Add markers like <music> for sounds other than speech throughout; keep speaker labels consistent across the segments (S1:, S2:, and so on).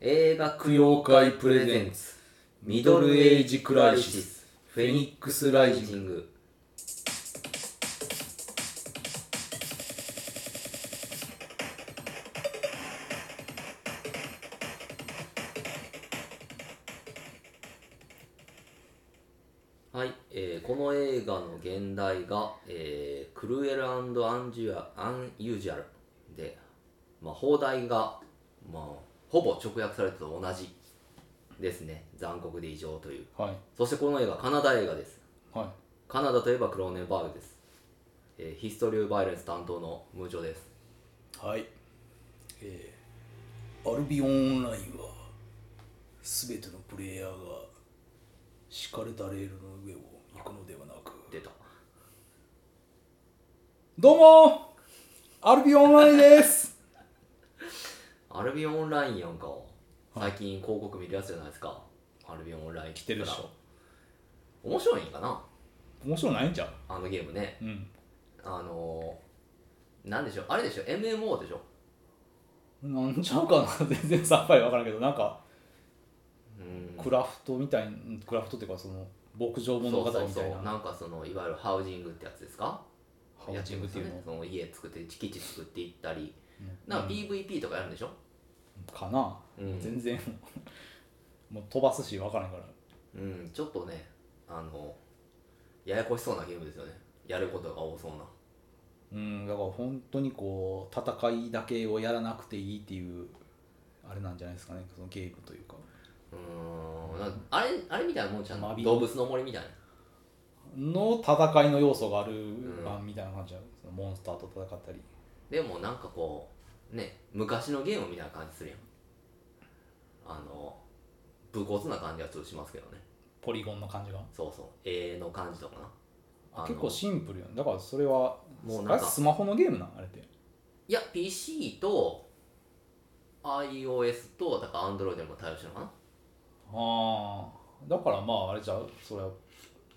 S1: 映画供養会プレゼンツミドルエイジクライシスフェニックスライジングはい、えーこの映画の現代が、えークルエルアンジュア・アンユージャルで、まあ、放題が、まあ、ほぼ直訳されてと同じですね残酷で異常という
S2: はい
S1: そしてこの映画カナダ映画です
S2: はい
S1: カナダといえばクローネンバーグです、えーヒストリー・バイレンス担当のムージョです
S3: はい、えーアルビオンオンラインは全てのプレイヤーが敷かれたレールの上を行くのではなく
S1: 出た
S3: どうもアルビオンオンラインです
S2: <laughs>
S1: アルビオンオンラインやんか最近広告見るやつじゃないですかアルビオンオンライン来
S2: てるでしょ
S1: 面白いんかな
S2: 面白ないんじゃん
S1: あのゲームね
S2: うん
S1: あのー、なんでしょうあれでしょ MMO でしょ
S2: なんちゃうかな <laughs> 全然さっぱり分からんけどなんか
S1: うん
S2: クラフトみたいにクラフトっていうかその牧場物語みたい
S1: そ
S2: な
S1: うそうそうなんかそのいわゆるハウジングってやつですか
S2: ハウジングっていうの
S1: やつですよねその家作って基地作っていったりなんか PVP とかやるんでしょ
S2: かな、
S1: うん
S2: 全然 <laughs> もう飛ばすし分からんから
S1: うんちょっとねあのややこしそうなゲームですよねやることが多そうな
S2: うんだから本当にこう戦いだけをやらなくていいっていうあれなんじゃないですかねそのゲームというか
S1: うーんなんかあれあれみたいなもんじゃ
S2: 間
S1: ん
S2: 引
S1: 動物の森みたいな
S2: の戦いの要素がある
S1: ん
S2: 版みたいな感じだ、そのモンスターと戦ったり
S1: でもなんかこうね昔のゲームみたいな感じするやんあの武骨な感じはちょっとしますけどね
S2: ポリゴンの感じが
S1: そうそう絵の感じとかなあの
S2: 結構シンプルやんだからそれは
S1: もうなんか
S2: あれスマホのゲームなんあれって
S1: いや PC と iOS とだから Android でも対応してるのかな
S2: ああだからまああれじゃうそれは
S1: う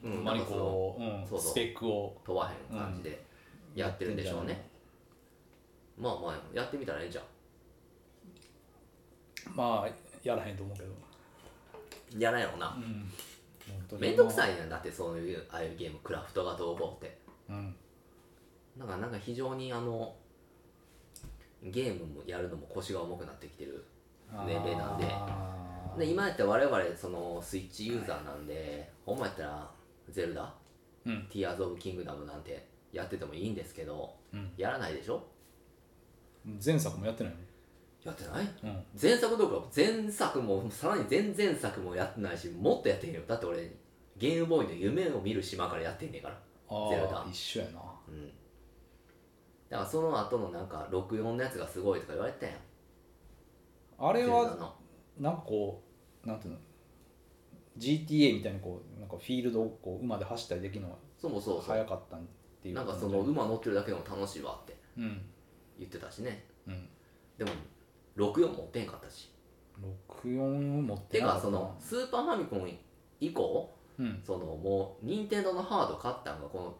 S2: あ
S1: ん
S2: まり
S1: なんかその
S2: こう,、うん
S1: そうそう
S2: スペックを
S1: 問わへん感じでやってるんでしょうね、まあまあやってみたらええんじゃ
S2: まあやらへんと思うけど、
S1: んやらんやろうな
S2: うん、本当に
S1: めんどくさいやんだってそういうああいうゲームクラフトがどうこうって
S2: うん
S1: なんかなんか非常にあのゲームもやるのも腰が重くなってきてる年齢なんで
S2: あー
S1: で今やったら我々そのスイッチユーザーなんでほんまやったら「ゼルダ」
S2: うん
S1: ティアーズ・オブ・キングダム」なんてやっててもいいんですけど、
S2: うん
S1: やらないでしょ
S2: 前作もやってない
S1: やってない
S2: のうん
S1: 前作どころか前作もさらに前々作もやってないしもっとやってへんよだって俺ゲームボーイの夢を見る島からやってんねんから
S2: あ
S1: ゼルダ
S2: あ一緒やな
S1: うんだからその後のなんか64のやつがすごいとか言われてたやん
S2: あれ
S1: ゼルダ
S2: は
S1: の
S2: なんかこうなんていうの GTA みたいにこうなんかフィールドをこう馬で走ったりできるの
S1: そうもそう
S2: が
S1: そう
S2: 早かったっていう
S1: なんかそ
S2: 感
S1: の
S2: じ
S1: 馬乗ってるだけでも楽しいわって
S2: うん
S1: 言ってたしね
S2: うん
S1: でも64持ってんかったし
S2: 64を持って
S1: て
S2: なか
S1: か
S2: った
S1: そのスーパーファミコン以降
S2: うん
S1: そのもう任天堂のハード買ったんがこの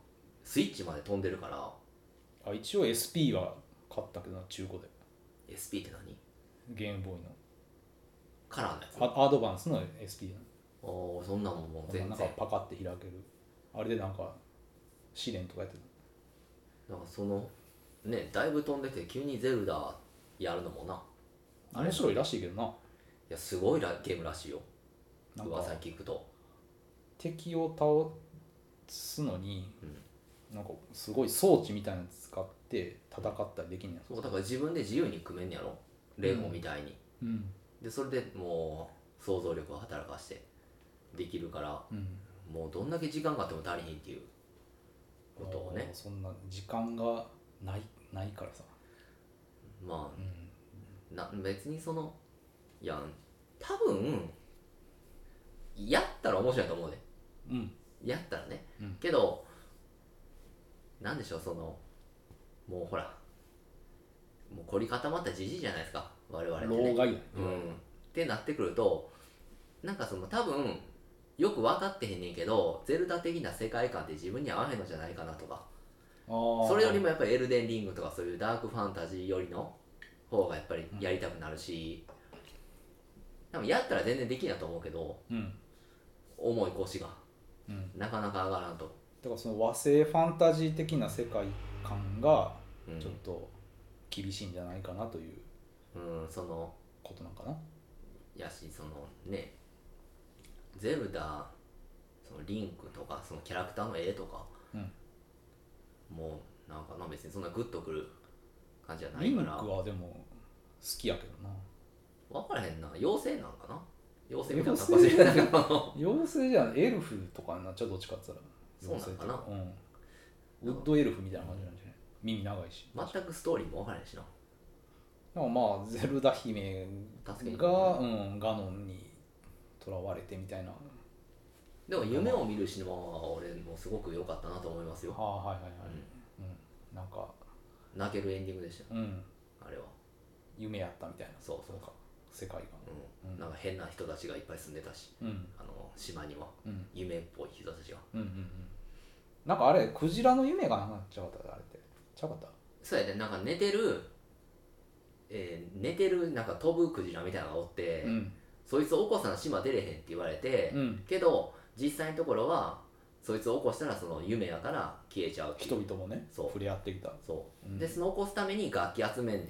S1: スイッチまで飛んでるから
S2: あ一応 SP は買ったけどな中古で
S1: SP って何
S2: ゲームボーイの
S1: カラーのやつ
S2: アアドバンスの SP な
S1: おーそんなもんもう全
S2: なんか
S1: 然
S2: パカって開けるあれでなんか試練とかやって
S1: なんかそのねだいぶ飛んでて急にゼルダやるのもな
S2: た面白いらしいけどない
S1: やすごいらゲームらしいよ
S2: なんか
S1: 噂に聞くと
S2: 敵を倒すのに、なんかすごい装置みたいなの使って戦ったりできんねや
S1: そうだから自分で自由に組めんやろレゴみたいに、
S2: うん
S1: でそれでもう想像力を働かしてできるから
S2: うん
S1: もうどんだけ時間があっても足りひんっていうことをね
S2: あーそんな時間がないないからさ
S1: まあ
S2: うん
S1: な別にそのいや多分やったら面白いと思うね
S2: うん
S1: やったらね、
S2: うん
S1: けどなんでしょうそのもうほらもう凝り固まったじじいじゃないですか我々って
S2: 老
S1: ね
S2: 害やね
S1: うんってなってくるとなんかその多分よく分かってへんねんけどゼルダ的な世界観って自分に合わへんのじゃないかなとか
S2: あー
S1: それよりもやっぱりエルデンリングとかそういうダークファンタジーよりの方がやっぱりやりたくなるし、多分やったら全然できんやと思うけど
S2: うん
S1: 重い腰が
S2: うん、
S1: なかなか上がらんと、
S2: だからその和製ファンタジー的な世界観が
S1: うん
S2: ちょっと厳しいんじゃないかなという
S1: うん、その
S2: ことなんかな、
S1: やしそのねゼルダそのリンクとかそのキャラクターの絵とか
S2: うん、
S1: もうなんかな別にそんなグッとくる感じじゃない
S2: リン
S1: か
S2: ク
S1: ら
S2: はでも好きやけどな
S1: 分からへんな妖精なんかな妖精みたいな格好してるなんかあの
S2: 妖精じゃんエルフとかになっちゃうどっちかって言ったら
S1: そうなんかな
S2: 妖精とうん、ウッドエルフみたいな感じなんじゃない耳長いし
S1: <laughs> 全くストーリーも分からへんしな
S2: でもまあゼルダ姫
S1: 助けに来る
S2: が、うん、ガノンに囚われてみたいなは
S1: でも夢を見るシネマは俺もすごく良かったなと思います
S2: あ
S1: よ
S2: はいはいはい、うんなんか、
S1: 泣けるエンディングでし
S2: うん、
S1: たあれは
S2: 夢やったみたいな
S1: そうそう
S2: なんか世界が
S1: うん
S2: うん
S1: なんか変な人たちがいっぱい住んでたし
S2: うん
S1: あの島には
S2: うん
S1: 夢っぽい人たちが
S2: うんうんうんなんかあれクジラの夢がなっちゃうかったあれってちゃうかった
S1: そうやねなんか寝てる、えー寝てるなんか飛ぶクジラみたいなのがおって、
S2: うん
S1: そいつを起こさな島出れへんって言われて、
S2: うん
S1: けど実際のところはそいつを起こしたらその夢やから消えちゃうっていう
S2: 人々もね
S1: そう
S2: 触れ合ってきた
S1: そう、
S2: うん
S1: でその起こすために楽器集めんねん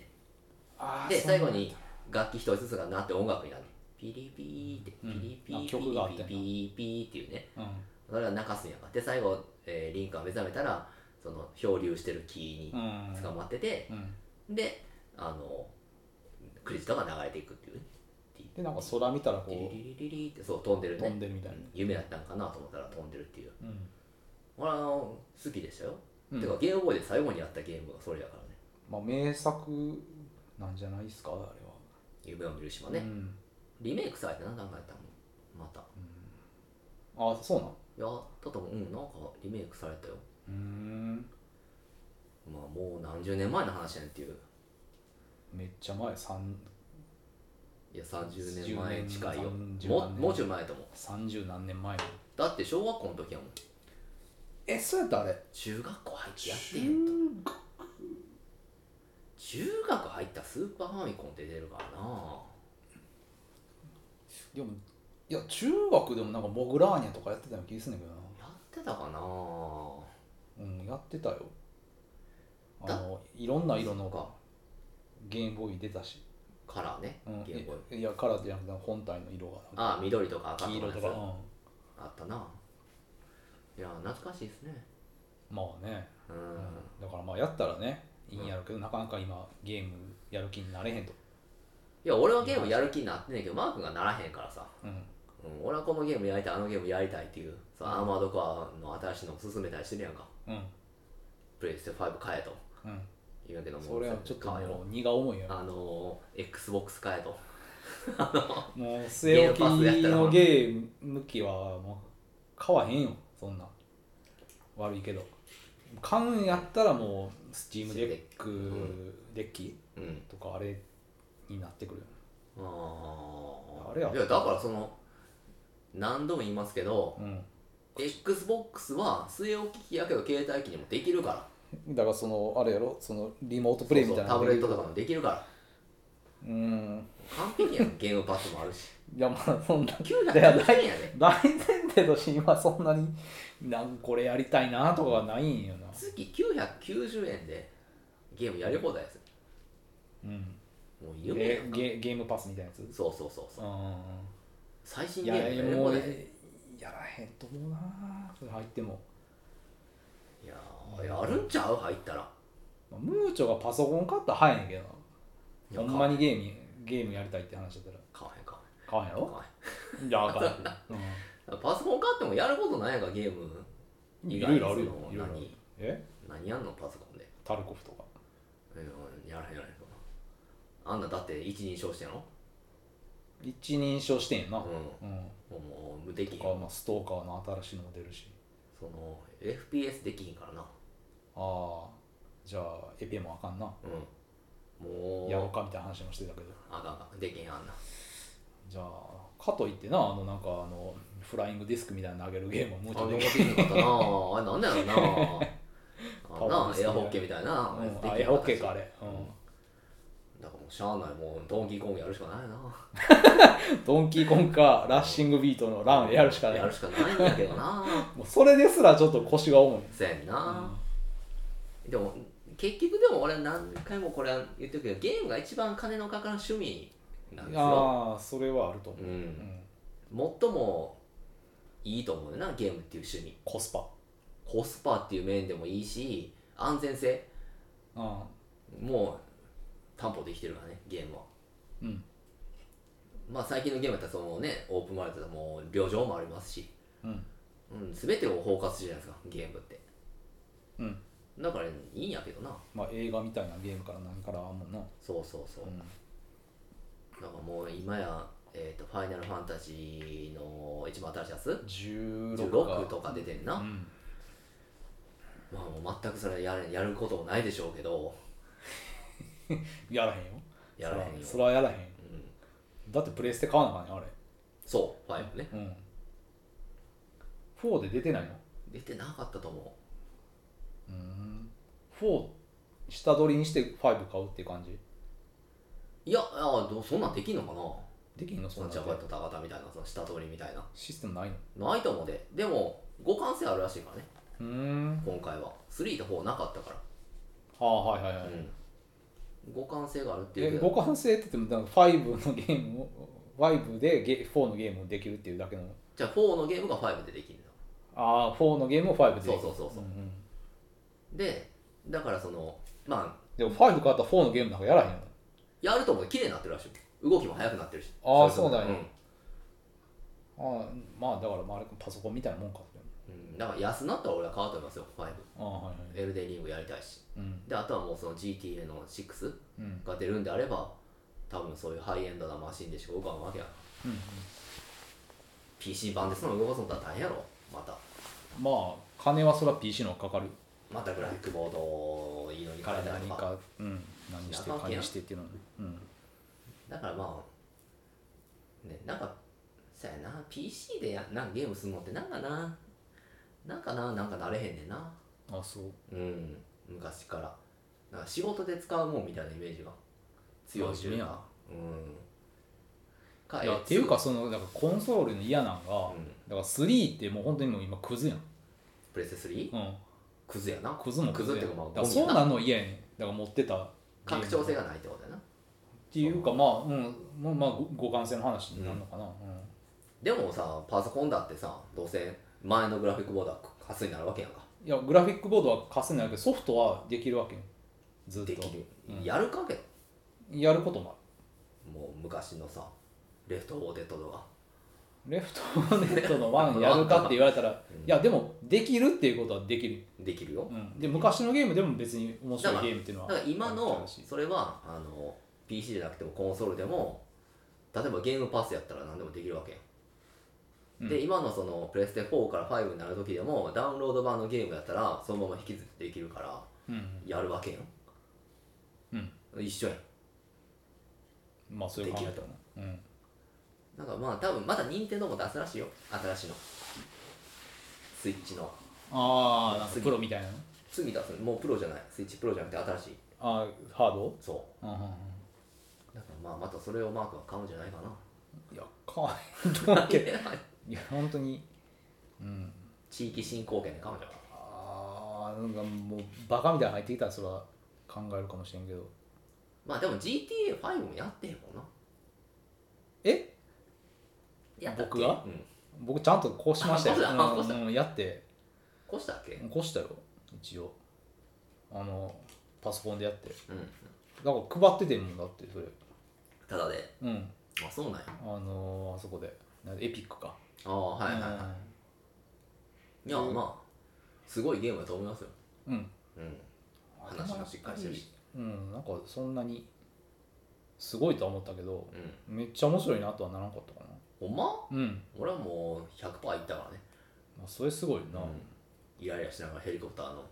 S2: あー
S1: で
S2: そうなん
S1: 最後
S2: だ
S1: に楽器一人ずつがなって音楽になるピリピーって
S2: うん
S1: ピリピ
S2: あ
S1: ーピ
S2: 曲があって
S1: リ
S2: ん
S1: ピ
S2: だ
S1: ーピーピーっていうね
S2: うん
S1: それは泣かすんやんかで最後、えーリンカが目覚めたらその漂流してる木に
S2: うん
S1: 捕まってて、
S2: うん
S1: であのクレジットが流れていくっていうね
S2: でなんか空見たら
S1: リリ
S2: こう
S1: リリリリってそう飛んでるね
S2: 飛んでるみたいな
S1: 夢やったんかなと思ったら飛んでるっていう
S2: うん
S1: 俺はあの好きでしたよ、
S2: うん
S1: てかゲームボーイで最後にやったゲームがそれやからね
S2: まあ名作なんじゃないですかあれは
S1: 夢を見る島ね、
S2: うん
S1: リメイクされて何段階やったのまた
S2: ああそうなん
S1: いやだともうんなんかリメイクされたよ
S2: うーん
S1: まあもう何十年前の話やねんっていう
S2: めっちゃ前3
S1: いや30年前近いよ
S2: 10年
S1: も
S2: 30
S1: もうちょい前と思う
S2: 30何年前の
S1: だって小学校の時やもん
S2: えそうやったあれ
S1: 中学校入ってやってへんと
S2: 中
S1: 中学入ったらスーパーファミコンって出るからな
S2: でもいや中学でもなんかモグラーニャとかやってたような気がするんだ
S1: やってたかな
S2: けどなうんやってたよあのいろんな色のがゲームボーイ出たし、
S1: カラーね、
S2: うん、
S1: ゲームボーイ
S2: いやカラーじゃなくて本体の色が
S1: ああ緑とか赤
S2: 黄
S1: と
S2: 色
S1: かの
S2: と
S1: や
S2: か、う
S1: つ
S2: ん
S1: あったないや懐かしいですね
S2: まあね、
S1: うん、
S2: うんだからまあやったらねいいんやろうけど、なかなか今ゲームやる気になれへんと、
S1: いや俺はゲームやる気になってんねんけどマー君がならへんからさ、
S2: うん、
S1: うん、俺はこのゲームやりたいあのゲームやりたいっていうさアーマードコアの新しいのを進めたりしてるやんか
S2: うん
S1: プレイステ5買えと
S2: うん
S1: 言うんやけども
S2: それはちょっと
S1: 買えよ
S2: もう荷が重いよ
S1: あのー XBOX 買えと
S2: もう据え置きのゲーム機はもう買わへんよそんな悪いけど買うんやったらもうスチームデック、デッキ
S1: うん
S2: とかあれになってくるよ
S1: ああ
S2: あれや
S1: いやだからその何度も言いますけど
S2: ね、
S1: XBOX は据え置き機やけど携帯機にもできるから
S2: うん、だからそのあれやろそのリモートプレイ
S1: そう
S2: み
S1: そ
S2: た
S1: うタブ
S2: いなのが
S1: レッ
S2: でき
S1: ト
S2: る
S1: とかもできるから
S2: うん
S1: 完璧やんゲームパスもあるし
S2: いやまあそんな
S1: 980
S2: <laughs> いや大
S1: 円やで
S2: <laughs> 大前提として今そんなになんこれやりたいなとかはないんよな
S1: 月990円でゲームやり放題ですよ
S2: うん
S1: もう夢や
S2: え
S1: んか
S2: ゲゲームパスみたいなやつ
S1: そうそうそうそう
S2: うん
S1: 最新
S2: い
S1: ゲ
S2: や
S1: ーム
S2: いや
S1: やり
S2: も
S1: 放
S2: う
S1: 題
S2: やらへんと思うなそれ入っても、
S1: いやーやるんちゃう入ったら
S2: まあムーチョがパソコン買ったら早いねんけど
S1: いや
S2: なほんまにゲームゲームやりたいって話だったら
S1: 買わへん買わ
S2: 買わんや
S1: へん買
S2: ろ
S1: わ
S2: いやあかん、
S1: へ
S2: <laughs>
S1: んパソコン買ってもやることないやんかゲーム
S2: うん、
S1: 意
S2: い
S1: 外
S2: ろ
S1: に
S2: いろあるよ
S1: その
S2: いろいろある
S1: 何
S2: え
S1: 何やんのパソコンで
S2: タルコフとか
S1: うんやらへんやらへんそんなあんなだって一人称してんの
S2: 一人称してんやな、
S1: うん
S2: うん
S1: もう無敵
S2: とか、まあ、ストーカーの新しいのも出るし
S1: その FPS できひんからな
S2: ああじゃあエペもあかんな
S1: うんもう
S2: やろうかみたいな話もしてたけど
S1: あかんあかんできへんあんな
S2: じゃあかといってなあのなんかあのフライングディスクみたいなの投げるゲームはもうち
S1: あ
S2: ょ
S1: んな
S2: っと
S1: もできへんかったなあれなんだろう
S2: <laughs>
S1: なあんなエアホッケーみたいな
S2: うん
S1: やつできへん
S2: あ
S1: か
S2: ホ
S1: っ
S2: ッ
S1: た
S2: ケ
S1: し
S2: ーかあれ、うん
S1: だからももうしゃあないもうドンキーコングやるしかないな
S2: ドンキーコンかラッシングビートのランやるしかない
S1: やるしかないんだけどな
S2: もうそれですらちょっと腰が重い
S1: せやんな、でも結局でも俺は何回もこれは言ってるけどゲームが一番金のかかる趣味なんですよ、
S2: ああそれはあると思
S1: う、
S2: う、うんん、
S1: 最もいいと思うよなゲームっていう趣味
S2: コスパ
S1: コスパっていう面でもいいし安全性
S2: うん
S1: もう担保できてるからねゲームは
S2: うん
S1: まあ最近のゲームだったらそのねオープンワールドだともう旅情もありますし、
S2: うん
S1: うん、全てを包括するじゃないですかゲームって
S2: うん
S1: だからいいんやけどな
S2: まあ映画みたいなゲームから何からあんもんな
S1: そうそうそう、
S2: うん
S1: だからもう今や、えー、とファイナルファンタジーの一番新しいやつ
S2: 16か
S1: 16とか出てんな、
S2: うん、
S1: まあもう全くそれやれやることもないでしょうけど
S2: やらへんよ
S1: やらへんよ
S2: それはやらへん
S1: うん、
S2: だってプレステ買わなあかんね
S1: そうファイブね
S2: あれうん4で出てないの
S1: 出てなかったと思
S2: うん4下取りにして5買うっていう感じ
S1: ういやあどうそんなんできんのかな
S2: できんのそ
S1: そ
S2: ん
S1: の
S2: な
S1: ジャ
S2: ん
S1: パ
S2: て
S1: とタガタみたいなその下取りみたいな
S2: システムないの
S1: ないと思うででも互換性あるらしいからね
S2: うーん
S1: 今回は3と4なかったか
S2: ああはいはいは
S1: ら、
S2: い、
S1: うん、互換性があるってい
S2: え
S1: うけど
S2: 互換性って言ってもなんか5のゲームを5でゲ4のゲームをできるっていうだけの
S1: じゃあ4のゲームが5でできるの
S2: ああ4のゲームを5でできる
S1: そうそうそうそう
S2: うんうん
S1: でだからそのまあ
S2: でも5買ったら4のゲームなんかやらへんよ
S1: やると思う綺麗になってるらしい動きも速くなってるし
S2: あー
S1: れこ
S2: そうなんやああまあだからまああれかパソコンみたいなもんか
S1: うん、うんだから安なったら俺は買うと思いますよ5
S2: ああはいはい
S1: エルデンリングやりたいし
S2: うん
S1: であとはもうその GTA の6
S2: うん
S1: が出るんであれば多分そういうハイエンドなマシンでしか動かんわけや
S2: うん
S1: PC 版でその動かすのったら大変やろまた
S2: まあ金はそら PC の方がかかる
S1: またグラフィックボードいいのに変えたり
S2: 何
S1: とか
S2: か、うん、何して
S1: 中分けや
S2: 何してっていうのはねうん
S1: だからまあねなんかさやな PC でやなんかゲームするのってなんかななんかななんかなれへんねんな
S2: あそう
S1: うん昔からなんか仕事で使うもんみたいなイメージが強いし
S2: 真面目やな
S1: うんか
S2: いや
S1: え
S2: っていうかそのだからコンソールの嫌なんが、
S1: うん
S2: だから3ってもう本当にもう今クズやん、
S1: プレステ 3?
S2: うん、
S1: クズやな
S2: クズも
S1: ク
S2: ク
S1: ズ
S2: ズ
S1: っ
S2: や
S1: ていうんかまあ
S2: だから
S1: ゴミや
S2: そう
S1: な
S2: なんの嫌やねんだから持ってたゲーム
S1: 拡張性がないってことやな
S2: っていうかまあうんもうまあご互換性の話になるのかな、うん
S1: でもさパソコンだってさどうせ前のグラフィックボードは発になるわけやんか
S2: いやグラフィックボードは貸せないけどソフトはできるわけよずっと
S1: できる、
S2: うん
S1: やるかけど
S2: やることもある
S1: もう昔のさレフトオーデッドとか
S2: レフトネットのワンやるかって言われたら、いやでもできるっていうことはできる、
S1: できるよ
S2: うん、で昔のゲームでも別に面白い
S1: だから
S2: ゲームっていうの
S1: だ
S2: は
S1: から今
S2: あ
S1: の
S2: るし
S1: それはあの PC じゃなくてもコンソールでも例えばゲームパスやったら何でもできるわけやんで、今のそのプレステ4から5になる時でもダウンロード版のゲームやったらそのまま引きずってできるから
S2: うん
S1: やるわけや
S2: うん
S1: ん一緒やん
S2: まあそういう考えたらなうん
S1: なんかまあ多分まだ任天堂も出すらしいよ新しいのスイッチの
S2: ああなん
S1: 次
S2: かプロみたいなの
S1: 次出すもうプロじゃないスイッチプロじゃなくて新しい
S2: あーハード
S1: そ
S2: うんうんうん
S1: うだからまあまたそれをマークは買うんじゃないかない
S2: やかいと思うけどいや本当にうん
S1: 地域振興券で買うんじゃない
S2: ああなんかもうバカみたいに入ってきたらそれは考えるかもしれんけど
S1: まあでも GTA5 もやってへんもんな
S2: え
S1: やったっけ
S2: 僕が
S1: うん
S2: 僕ちゃんとこうしました
S1: あ
S2: よ
S1: そうだあそう
S2: う
S1: だ
S2: んうんやって
S1: 越したっけ
S2: 起こしたよ一応あのパソコンでやって
S1: うん
S2: だから配っててんもんだってそれ
S1: ただで
S2: うん
S1: あそうなんや
S2: あのーあそこでなんだエピックか
S1: ああはいはいは
S2: う
S1: い
S2: ん
S1: いやまあすごいゲームだと思いますよ
S2: うんうん
S1: うん話もしっかりしてるし
S2: うんなんかそんなにすごいとは思ったけど
S1: うん
S2: めっちゃ面白いなとはならんかったか
S1: ほんま
S2: なうん、
S1: 俺はもう100%いったからね
S2: まあ、それすごいな
S1: うんイライラしながらヘリコプターの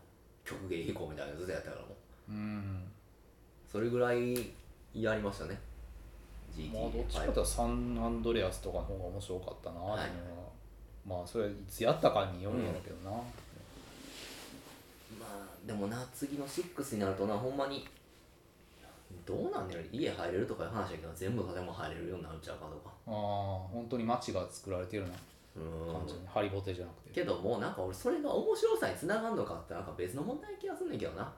S1: 曲芸飛行みたいなのずっとやったからもう
S2: うん、
S1: それぐらいやりましたね
S2: まあどっちかという
S1: GT5
S2: とサンアンドレアスとかの方が面白かったなっていうのは、まあそれはいつやったかによるんやろうけどな、
S1: まあでもな次の6になるとなほんまにどうなんねやろ家入れるとかいう話やけど全部建物入れるようになるんちゃうかとか
S2: ああ本当に街が作られてるよ
S1: う
S2: うな感じ、
S1: ん
S2: ハリボテじゃなくて
S1: けどもうなんか俺それが面白さにつながんのかってなんか別の問題な気がすんねんけどな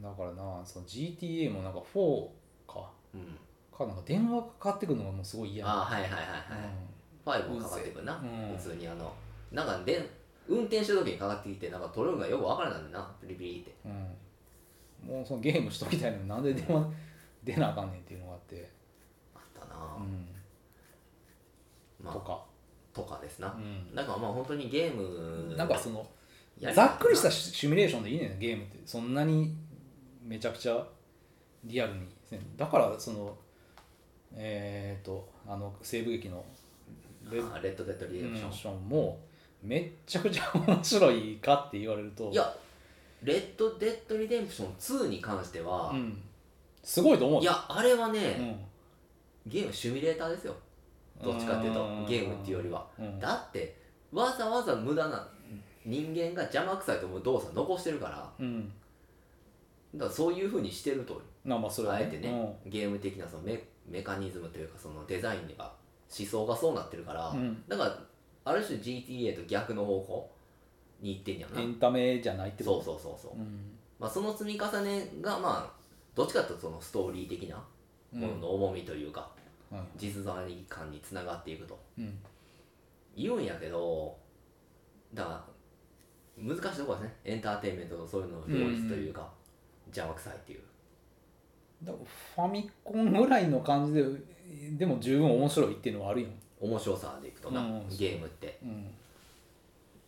S2: だからなその GTA もなんか4か
S1: うん
S2: かなんか電話かかってくるのがもうすごい嫌な
S1: ああはいはいはいはい、ファイブもかかってくるな、
S2: うん
S1: 普通にあのなんかで運転してる時にかかってきてなんか取るのがよくわからないんだなビリビリって
S2: うん、うん、もうそのゲームしときたいのになんで電話 <laughs> 出なあかんねんっていうのがあって、
S1: あったな
S2: う
S1: ぁ、
S2: ん、
S1: ま
S2: と
S1: あ
S2: か、
S1: とかですな
S2: う、ん、
S1: だからまあ本当にゲーム
S2: なんかその
S1: やりたい
S2: ざっくりしたシシミュレーションでいいねんゲームってそんなにめちゃくちゃリアルにだからそのえっ、とあの西部劇のレッ
S1: あーレッドデッドリデ
S2: デ
S1: ンプショ
S2: ン
S1: ン、
S2: ションもめっちゃくちゃ面白いかって言われると
S1: いやレッドデッドリデンプション2に関しては
S2: う、ん、すごいと思う
S1: いやあれは
S2: う
S1: ね、
S2: ん
S1: ゲームシミュレーターですよどっちかっていうと
S2: うん
S1: ゲームっていうよりは
S2: うん
S1: だってわざわざ無駄な人間が邪魔くさいと思う動作残してるから
S2: うん
S1: だからそういうふうにしてると
S2: まあまあそれは
S1: あえてね、ゲーム的なそのメメカニズムというかそのデザインが思想がそうなってるから、
S2: うんうん
S1: だからある種 GTA と逆の方向に行ってんやな
S2: エンタメじゃないって
S1: そ
S2: こ
S1: うそうそうそう
S2: と、うん
S1: まあ、その積み重ねがまあどっちかというとそのストーリー的なものの重みというか、
S2: はい
S1: 実在感につながっていくと
S2: うん
S1: 言うんやけどだから難しいところですねエンターテインメントのそういうのの両立というか、邪魔くさいっていう
S2: だからファミコンぐらいの感じででも十分面白いっていうのはあるよ、
S1: 面白さでいくとな、
S2: うん
S1: ゲームって
S2: うん、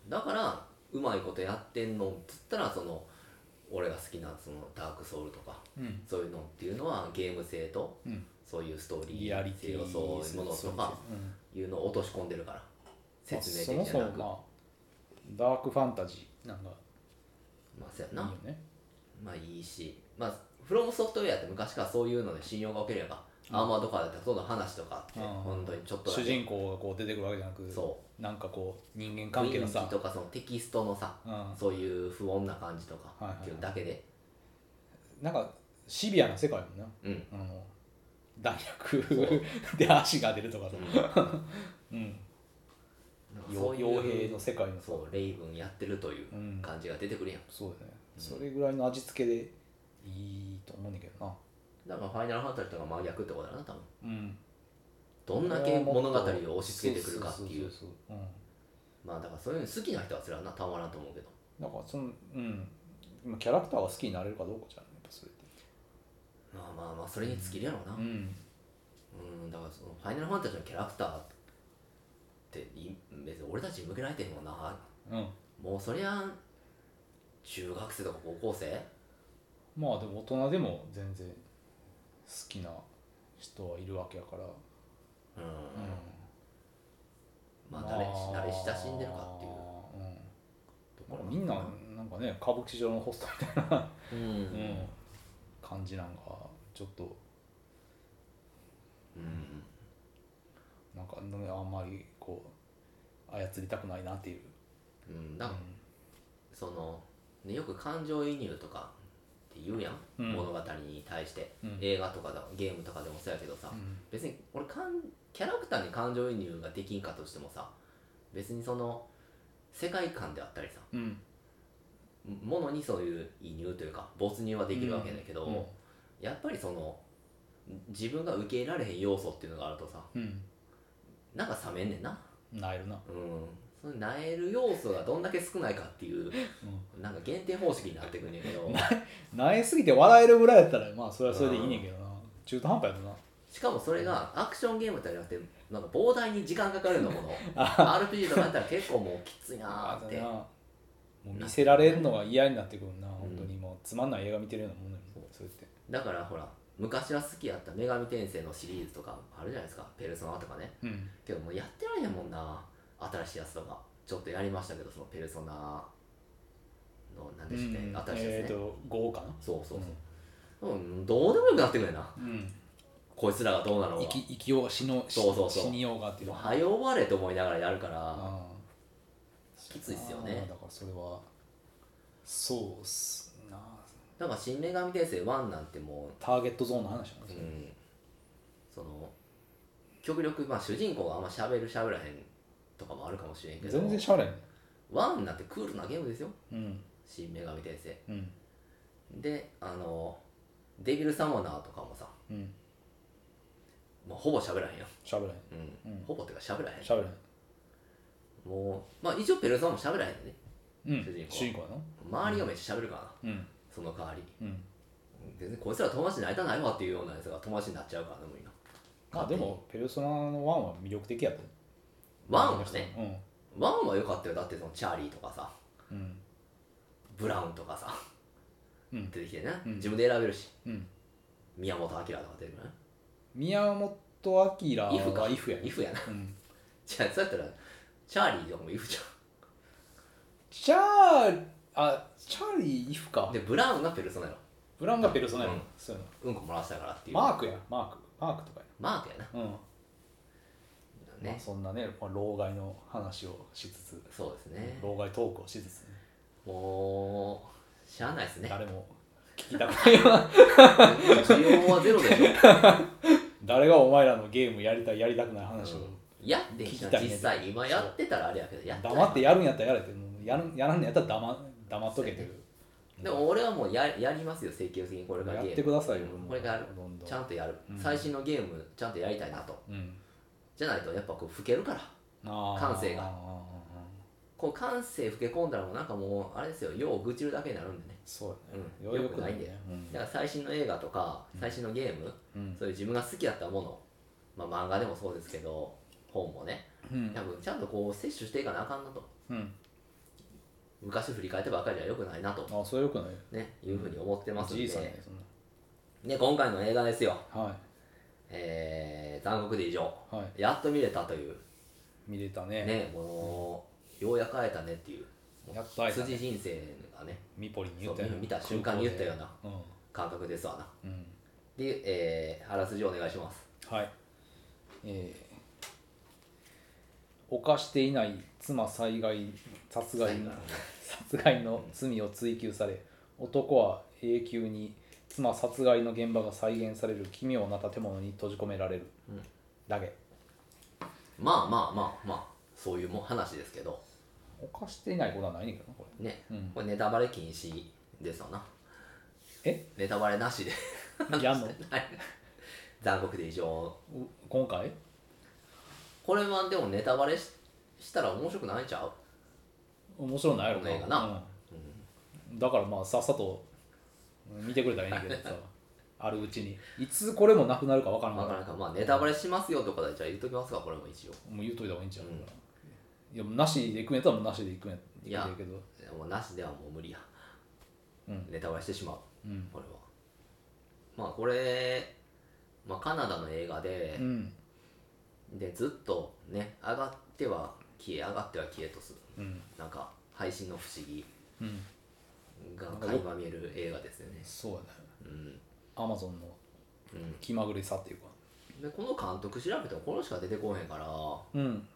S1: だからうまいことやってんのっつったらその俺が好きなそのダークソウルとか
S2: うん、
S1: そういうのっていうのはゲーム性と
S2: うん
S1: そういうストーリ
S2: リアリ
S1: ー
S2: テ
S1: 性
S2: ィ
S1: をそういうものとかいうのを落とし込んでるから
S2: そうそう
S1: 説
S2: う
S1: 明
S2: んまあ
S1: 的
S2: そ
S1: じゃ
S2: も
S1: な
S2: そ
S1: くまあ
S2: もまあダークファンタジーなんか
S1: そうや
S2: いいよ
S1: な
S2: ね
S1: まあいいしまあフロムソフトウェアって昔からそういうので信用が受ければアーマーとかだったらその話とかって
S2: うん
S1: 本当にちょっとだ
S2: 主
S1: け
S2: 人公がこう出てくるわけじゃなく
S1: そ
S2: なんかこう人間
S1: う
S2: 関係の
S1: 雰囲
S2: さ
S1: 気とかそのテキストのさ
S2: うん
S1: そういう不穏な感じと
S2: はい
S1: か
S2: はいはい
S1: っていうだけで
S2: なんかシビアな世界やもんな
S1: うん
S2: あの弾薬で足が出るとかさ、うん、
S1: なんか
S2: よ傭兵の世界のさ
S1: そうレイブンやってるという
S2: うん
S1: 感じが出てくるやん、
S2: そうだね、それぐらいの味付けでいいと思うんだけどな
S1: だからファイナルハンタジーとか真逆ってことだな多分
S2: うん
S1: どんだけ物語を押し付けてくるかっていう
S2: そそそそうん
S1: まあだからそういうの好きな人はそれはなたまらんと思うけど
S2: だからそのうんまあキャラクターが好きになれるかどうかじゃんやっぱそれって
S1: まあまあまあそれに尽きるやろうな
S2: うん
S1: うんだからそのファイナルファンタジーのキャラクターってい別に俺たちに向けられてるもんな
S2: うん
S1: もうそりゃ中学生とか高校生
S2: まあでも大人でも全然好きな人はいるわけやか
S1: う
S2: ら、
S1: ん、
S2: うん
S1: まあ誰誰親しんでるかっていう
S2: うんなんかみんななんかね歌舞伎町のホストみたいな、
S1: う
S2: うんん、感じなんかちょっと
S1: うん
S2: なんかねあんまりこう操りたくないなっていう、
S1: うんだからその、ね、よく感情移入とかって言うやん、
S2: うん
S1: 物語に対して、
S2: うん
S1: 映画とかだゲームとかでもそうやけどさ、
S2: うん
S1: 別に俺かんキャラクターに感情移入ができんかとしてもさ別にその世界観であったりさ
S2: うん
S1: ものにそういう移入というか没入はできるわけだけど、
S2: うん
S1: やっぱりその自分が受け入れられへん要素っていうのがあるとさ
S2: うん
S1: なんか冷めんねんな
S2: なえるな、
S1: うんそのなえる要素がどんだけ少ないかっていうなんか減点方式になってくんねんけ
S2: <laughs>
S1: ど
S2: なえすぎて笑えるぐらいやったらまあそれはそれでいいねんけどな、中途半端やとな
S1: しかもそれがアクションゲームとかじゃなくてなんか膨大に時間かかるような
S2: <laughs>
S1: もの RPG とかやったら結構もうきついなーっ
S2: だ
S1: て
S2: なもう見せられるのが嫌になってくるな、本当にもうつまんない映画見てるようなもんだよ、ね、それって
S1: だからほら昔は好きやった「女神転生」のシリーズとかあるじゃないですか「ペルソナ」とかね
S2: うん
S1: けどもうやってられへんもんな新しいやつとかちょっとやりましたけどその「ペルソナ」の何でしたっけ、
S2: うん
S1: 新しいや
S2: え
S1: つ
S2: っ、
S1: ね、
S2: と5かな
S1: そうそうそう、うん、どうでもよくなってくるな
S2: うん
S1: こいつらがどうなの
S2: 生
S1: か
S2: き生きようが死のし
S1: そうそうそう
S2: 死にようがっていう
S1: もう
S2: の
S1: 早終われと思いながらやるから、
S2: あ
S1: きついっすよ
S2: あー
S1: ね
S2: だからそれはそうっすな
S1: だなんか新女神転生1なんても
S2: ターゲットゾーンの話なん
S1: う、
S2: で
S1: う
S2: すよ、
S1: ん、その極力まあ主人公があんましゃべるしゃべらへんとかもあるかもしれんけど
S2: 全然しゃべらへんね
S1: ワンなんてクールなゲームですよ
S2: うん
S1: 新女神転生
S2: うん
S1: であのデビルサモナーとかもさ、
S2: うん
S1: まあ、ほぼ喋らへんよ、
S2: しゃべらへん
S1: うん
S2: うん
S1: ほぼっていうか喋らへ
S2: しゃべらへん
S1: んもうまあ一応ペルソナも喋らへんね
S2: うん
S1: 主人公
S2: 主人公やな
S1: 周りがめっちゃ喋るからな、
S2: うん
S1: その代わり
S2: うん
S1: 全然こいつら友達になりたないわっていうようなやつが友達になっちゃうからね無理な
S2: まあでもペルソナの1は魅力的やと思う
S1: ワンはね
S2: うん
S1: ワンは良かったよだってそのチャーリーとかさ
S2: うん
S1: ブラウンとかさ、
S2: うん
S1: 出てきてね、
S2: うん
S1: 自分で選べるし
S2: うん
S1: 宮本明とか出てくるね
S2: 宮本明は
S1: イフか
S2: イフやね
S1: イフやな
S2: うん
S1: じゃあそうやったらチャーリーとかもイフじ
S2: チャーあチャーリーイフ
S1: ゃ
S2: か
S1: んでブラウンがペルソナやろ
S2: ブラウンがペルソナやろ
S1: うん
S2: そうや
S1: う
S2: な
S1: んこ漏らしたからっていう
S2: マークやマークマークとかや
S1: マークやな
S2: なうんまあ、
S1: ね、
S2: そんなね、まあ、老害の話をしつつ、
S1: そうですね
S2: 老害トークをしつつ、
S1: もうしゃあないですね
S2: 誰も聞きたくない <laughs> わ
S1: 需要はゼロで
S2: <laughs>
S1: しょ
S2: 誰がお前らのゲームやりたいやりたくない話を、
S1: うんやってんし
S2: 聞き
S1: な
S2: たいね
S1: 実際今やってたらあれやけどやったら
S2: 黙ってやるんやったらやれってもうやるやらんのやったら黙黙っとけてる
S1: でも俺はもうややりますよ積極的にこれから
S2: や
S1: ゲーム
S2: ってくださいよもう
S1: これからやる
S2: どんどん
S1: ちゃんとやる、
S2: うん
S1: 最新のゲームちゃんとやりたいなと
S2: うん
S1: じゃないとやっぱこう老けるから
S2: あー
S1: 感性が
S2: あーあーあー
S1: こう感性老け込んだらもうなんかもうあれですよよう愚痴るだけになるんでね
S2: そうやね、
S1: うん
S2: よ
S1: よくないんだよだから最新の映画とか最新のゲーム、
S2: うんうん
S1: そういう自分が好きだったもの、まあ、漫画でもそうですけど本もね
S2: うん
S1: 多分ちゃんとこう摂取していかなあかんなと
S2: うん
S1: 昔振り返ってばかりじゃよくないなと、
S2: あーそれよくない
S1: ね、いうふうに思ってますん
S2: じ
S1: で
S2: いさんねそんな
S1: ね今回の映画ですよ
S2: は
S1: えー、残酷で以上
S2: いはい
S1: やっと見れたという
S2: 見れたね
S1: ねもうようやく会えたねっていう
S2: やっと会えたね
S1: 辻人生がね
S2: ミポリに言
S1: そ
S2: った
S1: う
S2: よな
S1: 見た瞬間に言ったような
S2: うん
S1: 感覚ですわな
S2: うん
S1: で、えー、あらすじお願いします
S2: はい、えー犯していない妻災害殺害の殺害の罪を追及され男は永久に妻殺害の現場が再現される奇妙な建物に閉じ込められる
S1: うん
S2: だけ
S1: まあまあまあまあそういうもん話ですけど
S2: 犯していないことはないねんけどなこ
S1: ね、
S2: うん
S1: これネタバレ禁止ですわな <laughs>
S2: え
S1: ネタバレなしで
S2: れやんの
S1: はい残酷で以上
S2: う今回
S1: これはでもネタバレししたら面白くないんちゃう
S2: 面白ないやろ
S1: ないかな、
S2: うんだからまあさっさと見てくれたらいいん
S1: <laughs>
S2: だけどさあるうちにいつこれもなくなるかわからん
S1: まあ、なんかまあネタバレしますよってことはじゃあ言っときますかこれも一応
S2: もう言うといた方がいいんちゃうかな、いやもうなしで行くんやったらもうなしで行くんや
S1: いや
S2: 行くんやけど
S1: いやもうなしではもう無理や、
S2: うん
S1: ネタバレしてしまう
S2: うん
S1: これはまあこれ、まあ、カナダの映画で
S2: う、ん
S1: でずっとね上がっては消え上がっては消えとする
S2: うん
S1: なんか配信の不思議
S2: うん
S1: が垣間見える映画ですよね
S2: そうやね
S1: うん、
S2: アマゾンの
S1: うん、
S2: 気まぐれさっていうか
S1: でこの監督調べてもこのしか出てこへんから、
S2: うん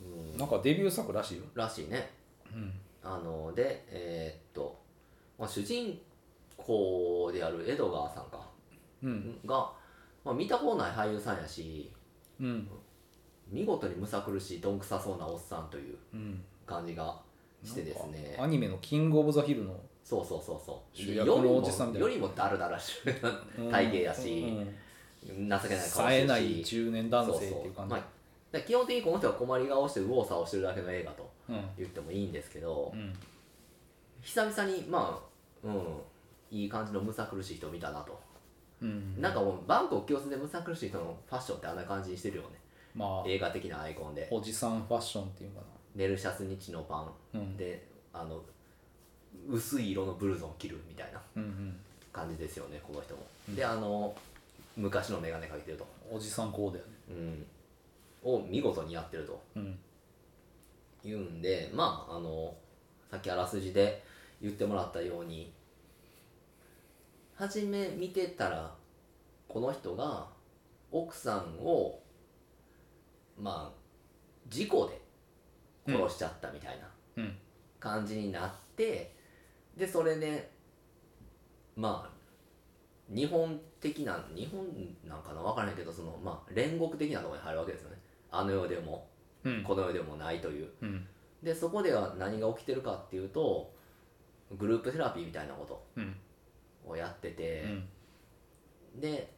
S1: うん、
S2: なんかデビュー作らしいよ
S1: らしいね
S2: うん
S1: あのでえーっと、まあ、主人公であるエドガーさんか
S2: うん
S1: が、まあ、見たことない俳優さんやし
S2: うん
S1: 見事にむさ苦しいどんくさそうなおっさんという
S2: うん
S1: 感じがしてですね
S2: アニメの「キングオブザヒルの」
S1: そうそうそうそう
S2: 主
S1: よ
S2: 役
S1: りも
S2: のおじさんみたいな
S1: よりもダルダラし
S2: う
S1: い
S2: ん
S1: 体型やし、
S2: うん
S1: 情けない顔してるし
S2: 冴えない中年男性っていう
S1: そそ
S2: 感
S1: まあだから基本的にこの人は困り顔して右往左往してるだけの映画と
S2: じ
S1: 言ってもいいんですけど
S2: う、ん
S1: 久々にまあうんいい感じのむさ苦しい人を見たなと、
S2: うん
S1: なんかもうバンコク共通でむさ苦しい人のファッションってあんな感じにしてるよね
S2: まあ
S1: 映画的なアイコンで
S2: おじさんファッションっていうか
S1: 寝るシャツにチノパン、
S2: うん
S1: であの薄い色のブルゾン着るみたいな
S2: なうん
S1: 感じですよねこの人も、であの昔の眼鏡かけてると、
S2: うんおじさんコーデやね
S1: うん、を見事にやってると
S2: うん
S1: いうんでまああのさっきあらすじで言ってもらったように初め見てたらこの人が奥さんをまあ事故で殺しちゃったみたいな
S2: うん
S1: 感じになって、でそれでまあ日本的な日本なんかな分からないけどその、まあ、煉獄的なところに入るわけですよねあの世でも
S2: うん
S1: この世でもないという
S2: うん
S1: でそこでは何が起きてるかっていうとグループセラピーみたいなこと
S2: うん
S1: をやってて
S2: う、ん
S1: で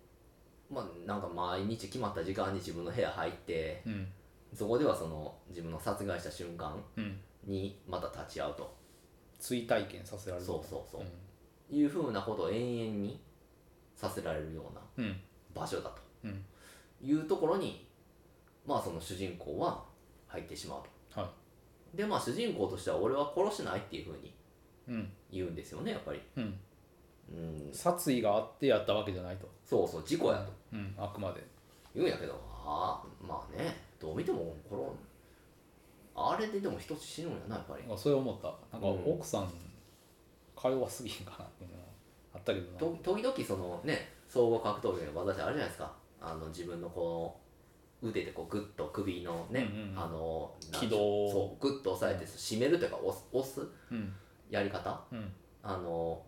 S1: まあなんか毎日決まった時間に自分の部屋入って
S2: うん
S1: そこではその自分の殺害した瞬間
S2: うん
S1: にまた立ち会うと
S2: 追体験させられる
S1: そうそうそう
S2: うん、
S1: いうふうなことを延々にさせられるような
S2: うん
S1: 場所だと
S2: うん
S1: いうところにまあその主人公は入ってしまうと
S2: は
S1: でまあ主人公としては俺は殺してないっていうふうに
S2: いうん
S1: 言うんですよねやっぱり
S2: うん
S1: うん
S2: 殺意があってやったわけじゃないと、
S1: そうそう事故やと
S2: うん、あくまで
S1: 言うんやけどああまあねどう見てもこのあれででも一つ死ぬんやなやっぱり
S2: あそれ思ったなんか
S1: うん
S2: 奥さん通わすぎんかなっていうのはあったけどな
S1: と時々そのね総合格闘技の技ってあるじゃないですかあの自分のこの腕でこうグッと首のね、
S2: うんうんうん
S1: あのなん
S2: 軌道を
S1: そうグッと押さえて締めるというか押す押す
S2: うん
S1: やり方
S2: うん
S1: あの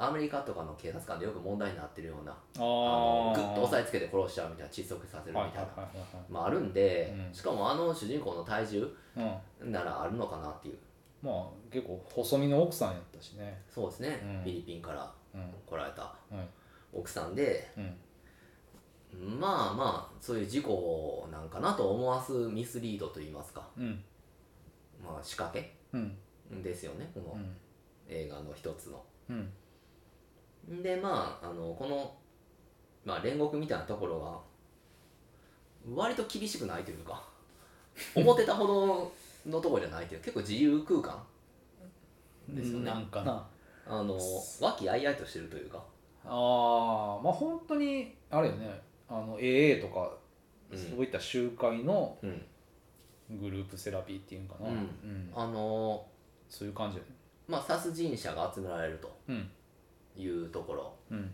S1: アメリカとかの警察官でよく問題になってるような
S2: あ
S1: あの
S2: あ
S1: グッと押さえつけて殺しちゃうみたいな窒息させるみたい
S2: はい
S1: な、
S2: はいはいは
S1: まあ、あるんで、
S2: うん
S1: しかもあの主人公の体重
S2: いはい、うん
S1: ならあるのかなっていう
S2: まあ結構細身の奥さんやったしね
S1: そうですね、
S2: うん
S1: フィリピンから
S2: うん
S1: 来られた
S2: はい
S1: 奥さんで
S2: うん
S1: まあまあそういう事故なんかなと思わすミスリードといいますか、
S2: うん
S1: まあ、仕掛け
S2: うん
S1: ですよねこの
S2: うん
S1: 映画の一つの。
S2: うん
S1: でまああのこの、まあ、煉獄みたいなところが割と厳しくないというか思ってたほどのところじゃないという結構自由空間ですよね
S2: なんかな
S1: あの和気あいあいとしてるというか、
S2: ああまあ本当にあれよねあの AA とか、
S1: うん
S2: そういった集会の
S1: うん、
S2: グループセラピーっていうんかな、
S1: うんあの
S2: そういう感じだね
S1: まあ殺人者が集められると
S2: うん
S1: いうところ
S2: うん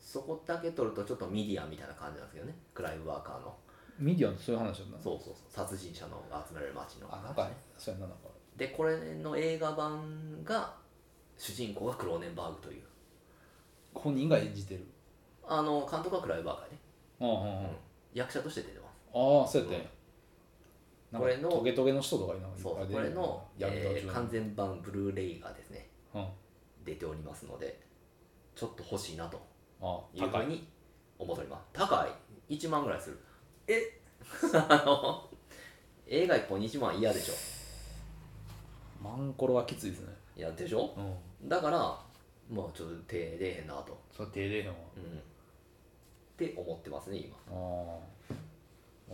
S1: そこだけ取るとちょっとミディアンみたいな感じなんですけどねクライムワーカーの
S2: ミディアのそういう話だった
S1: そうそうそう殺人者のが集められる街の
S2: あ
S1: 話ね
S2: なんかそうやななんか
S1: でこれの映画版が主人公がクローネンバーグという
S2: 本人が演じてる
S1: あの監督はクライバーガーね、
S2: あああ
S1: 役者として出てます
S2: ああそうやったんやなん
S1: これの
S2: かトゲトゲの人とかいな
S1: そう
S2: いっぱい出
S1: こ
S2: る
S1: れの、
S2: 闇の
S1: えー
S2: 中
S1: 完全版ブルーレイがですね
S2: うんあ
S1: 出ておりますのでちょっと欲しいなと
S2: あ
S1: いうふ
S2: 高
S1: う
S2: い
S1: に思っております高い1万ぐらいするえ <laughs> あの映画1本1万嫌でしょ
S2: マンコロはきついですね
S1: いやでしょ
S2: うん
S1: だからもうちょっと手出えへんなと、
S2: それ手出えへんわ
S1: うん、って思ってますね今
S2: ああ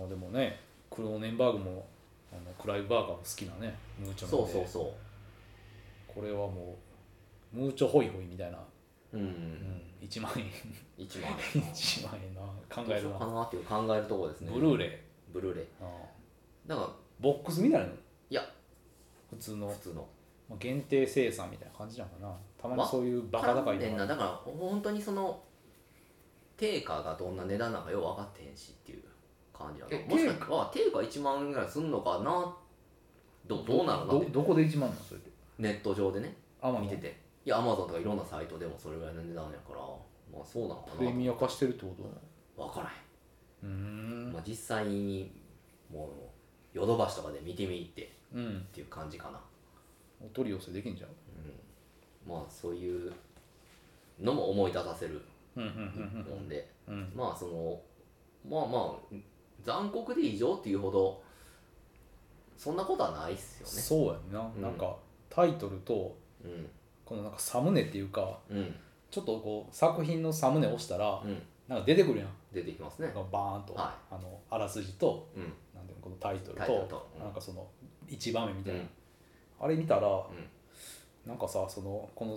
S2: まあでもねクローネンバーグもあのクライブバーガーも好きなねムーチョなんで
S1: そうそうそ
S2: これはもうムーチョホイホイみたいな、
S1: うう
S2: うんん、1万円 <laughs>
S1: 1万
S2: 1万円な考
S1: どう
S2: え
S1: しよ
S2: る
S1: うか
S2: な
S1: なっていう考えるところですね
S2: ブルーレイ
S1: ブルーレイ
S2: ああ
S1: だから
S2: ボックスみたいなの
S1: いや
S2: 普通の
S1: 普通の
S2: まあ限定生産みたいな感じなのかなたまにそういうバカ高い
S1: 関連
S2: の
S1: な
S2: が
S1: だから本当にその定価がどんな値段なのかよう分かってへんしっていう感じや
S2: え
S1: なもしかしたらあ定価1万円ぐらいすんのかなどどうなのかっ
S2: ど
S1: て
S2: どこで1万なのそれって
S1: ネット上でね
S2: あまあ
S1: 見てていやアマゾンとかいろんなサイトでもそれぐらいの値段やからまあそうなのか
S2: プレ
S1: な
S2: ミア化してるってこと
S1: 分から
S2: うー
S1: へん、
S2: ん
S1: まあ、実際にもうヨドバシとかで見てみいってっ
S2: うん
S1: ていう感じかな
S2: お取り寄せできんじゃん
S1: まあそういうのも思い立たせる
S2: うんうん
S1: もんで、
S2: うんうん
S1: まあそのまあまあ残酷で異常っていうほどそんなことはないっすよ
S2: そうやんな、
S1: ん
S2: なんかタイトルと
S1: ね
S2: このなんかサムネっていうか
S1: うんうん
S2: ちょっとこう作品のサムネ押したら
S1: うん
S2: なんか出てくるやん
S1: 出てきます
S2: な
S1: ね
S2: んかバーンと、
S1: は
S2: あのあらすじと
S1: うん
S2: なんていうのこのタイトルと
S1: タイトルとうん
S2: なんかその一場面みた
S1: う
S2: いな、
S1: ん
S2: あれ見たら、
S1: ん
S2: なんかさそのこの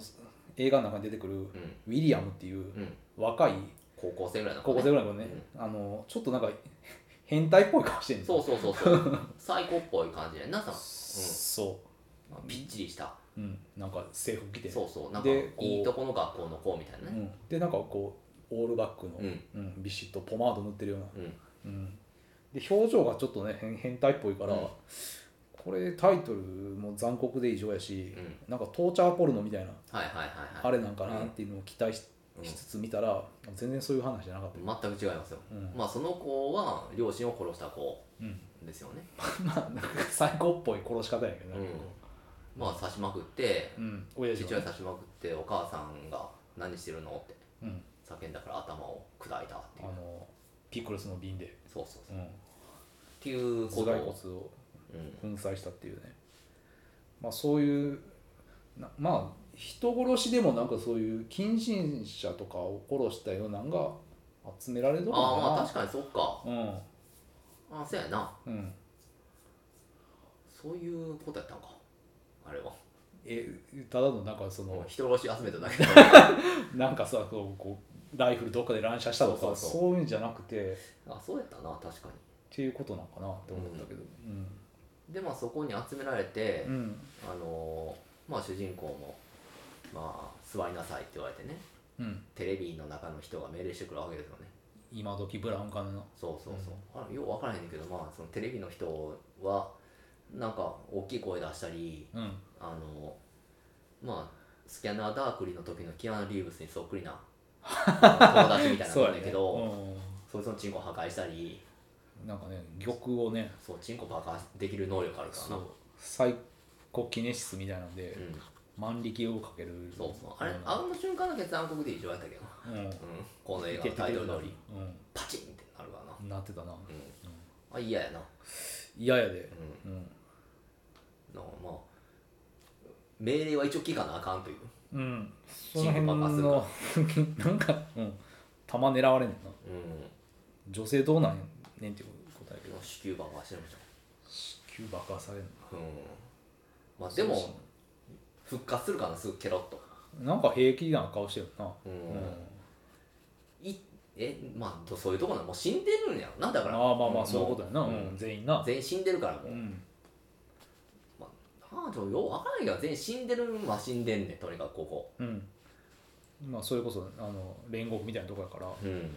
S2: 映画の中に出てくる
S1: うん
S2: ウィリアムっていう
S1: うん
S2: 若い
S1: 高校生ぐらいの
S2: 高校生ぐらいのね、あのちょっとなんか変態っぽい顔してんの
S1: そうそうそうそう
S2: <laughs>
S1: 最高っぽい感じでなさ、
S2: そ
S1: うん、びっちりした
S2: う、うん、なんか制服着て
S1: そうそうなんか
S2: でこう
S1: いいとこの学校の子みたいな
S2: う
S1: ね
S2: ん、でなんかこうオールバックの、
S1: うん
S2: うんビシッとポマード塗ってるような、
S1: うん
S2: うん、で表情がちょっとね変変態っぽいから、
S1: うん
S2: ここれタイトルも残酷で異常やし、なんかトーチャーポルノみたいな
S1: はいはいはいはい
S2: あれなんかなっていうのを期待し,、つつ見たら全然そういう話じゃなかった、
S1: 全く違いますよ、
S2: うん
S1: まあその子は両親を殺した子
S2: うん、 <laughs>
S1: ですよね、
S2: まあなんか最高っぽい殺し方やけど
S1: う
S2: なんかこ
S1: まあ刺しまくって
S2: ううん親
S1: 父
S2: 父
S1: 親
S2: は、
S1: 刺しまくってお母さんが「何してるの?」って
S2: うん、
S1: 叫んだから頭を砕いたって
S2: あ
S1: いう
S2: のピクルスの瓶で、
S1: そうそうそう
S2: うん、
S1: っていうこ
S2: 頭
S1: と
S2: 蓋骨
S1: を、
S2: を
S1: うん、
S2: 粉砕したっていうねまあそういうなまあ人殺しでもなんかそういう近親者とかを殺したようなんが集められ
S1: あ
S2: るのかな
S1: あまあ確かにそっか
S2: うん
S1: あそうやな
S2: うん
S1: そういうことやったんかあれは
S2: えただのなんかその
S1: 人殺し集めただ
S2: <laughs>
S1: けだ
S2: なんかさこうこうライフルどっかで乱射したとか
S1: そ
S2: そうう
S1: そうそう
S2: いうんじゃなくてっ
S1: あそうやったな確か
S2: ていうことなんかなって思ったけどうん
S1: にでまあそこに集められて、
S2: うん
S1: あのーまあ主人公もまあ座りなさいって言われてね
S2: うん
S1: テレビの中の人が命令してくるわけですよね
S2: 今時ブラウン管の
S1: そうそうそう、あれよう分からへんねんけどまあそのテレビの人はなんか大きい声出したり
S2: うん
S1: あのまあスキャナーダークリの時のキアヌ・リーブスにそっくり <laughs> な友達みたいなもんだけどそ,、
S2: ね
S1: いつのチンコ破壊したり
S2: うん、なんかね玉をね
S1: そうチンコ爆破できる能力あるからな
S2: そうサイコキネシスみたいなので
S1: うん、
S2: 万力をかける
S1: そうそうあれ
S2: ような
S1: あの瞬間だけ残酷で異常やったけど、うん、
S2: うん
S1: この映画のタイトル通りパチンってなるからな
S2: うんなってたな
S1: あ嫌やな、
S2: 嫌やで
S1: うん、
S2: うん、
S1: だからまあ命令は一応聞かなあかんという、
S2: うん、
S1: チ
S2: そ
S1: ン
S2: の
S1: コ
S2: 辺
S1: 爆破する
S2: のなんか、うん、弾狙われんねんな
S1: うん、
S2: 女性どうなんねんっていうことやけど
S1: 子宮爆破してるじ
S2: 子宮爆破される
S1: ゃん、うん、まあで
S2: そう
S1: も復活するかなすぐケロッと
S2: なんか平気な顔してるな、
S1: う
S2: うん
S1: ん、いえまあどそういうとこなもう死んでるんやろなだから
S2: ああまあまあ
S1: ん
S2: そういうことやな、
S1: も
S2: う
S1: うんうん
S2: 全員な
S1: 全員死んでるからもう、
S2: うん、
S1: ああちょよう分からんけど全員死んでるんは死んでんねんとにかくここ
S2: うん、まあそれこそあの煉獄みたいなとこやから、
S1: うん
S2: うん、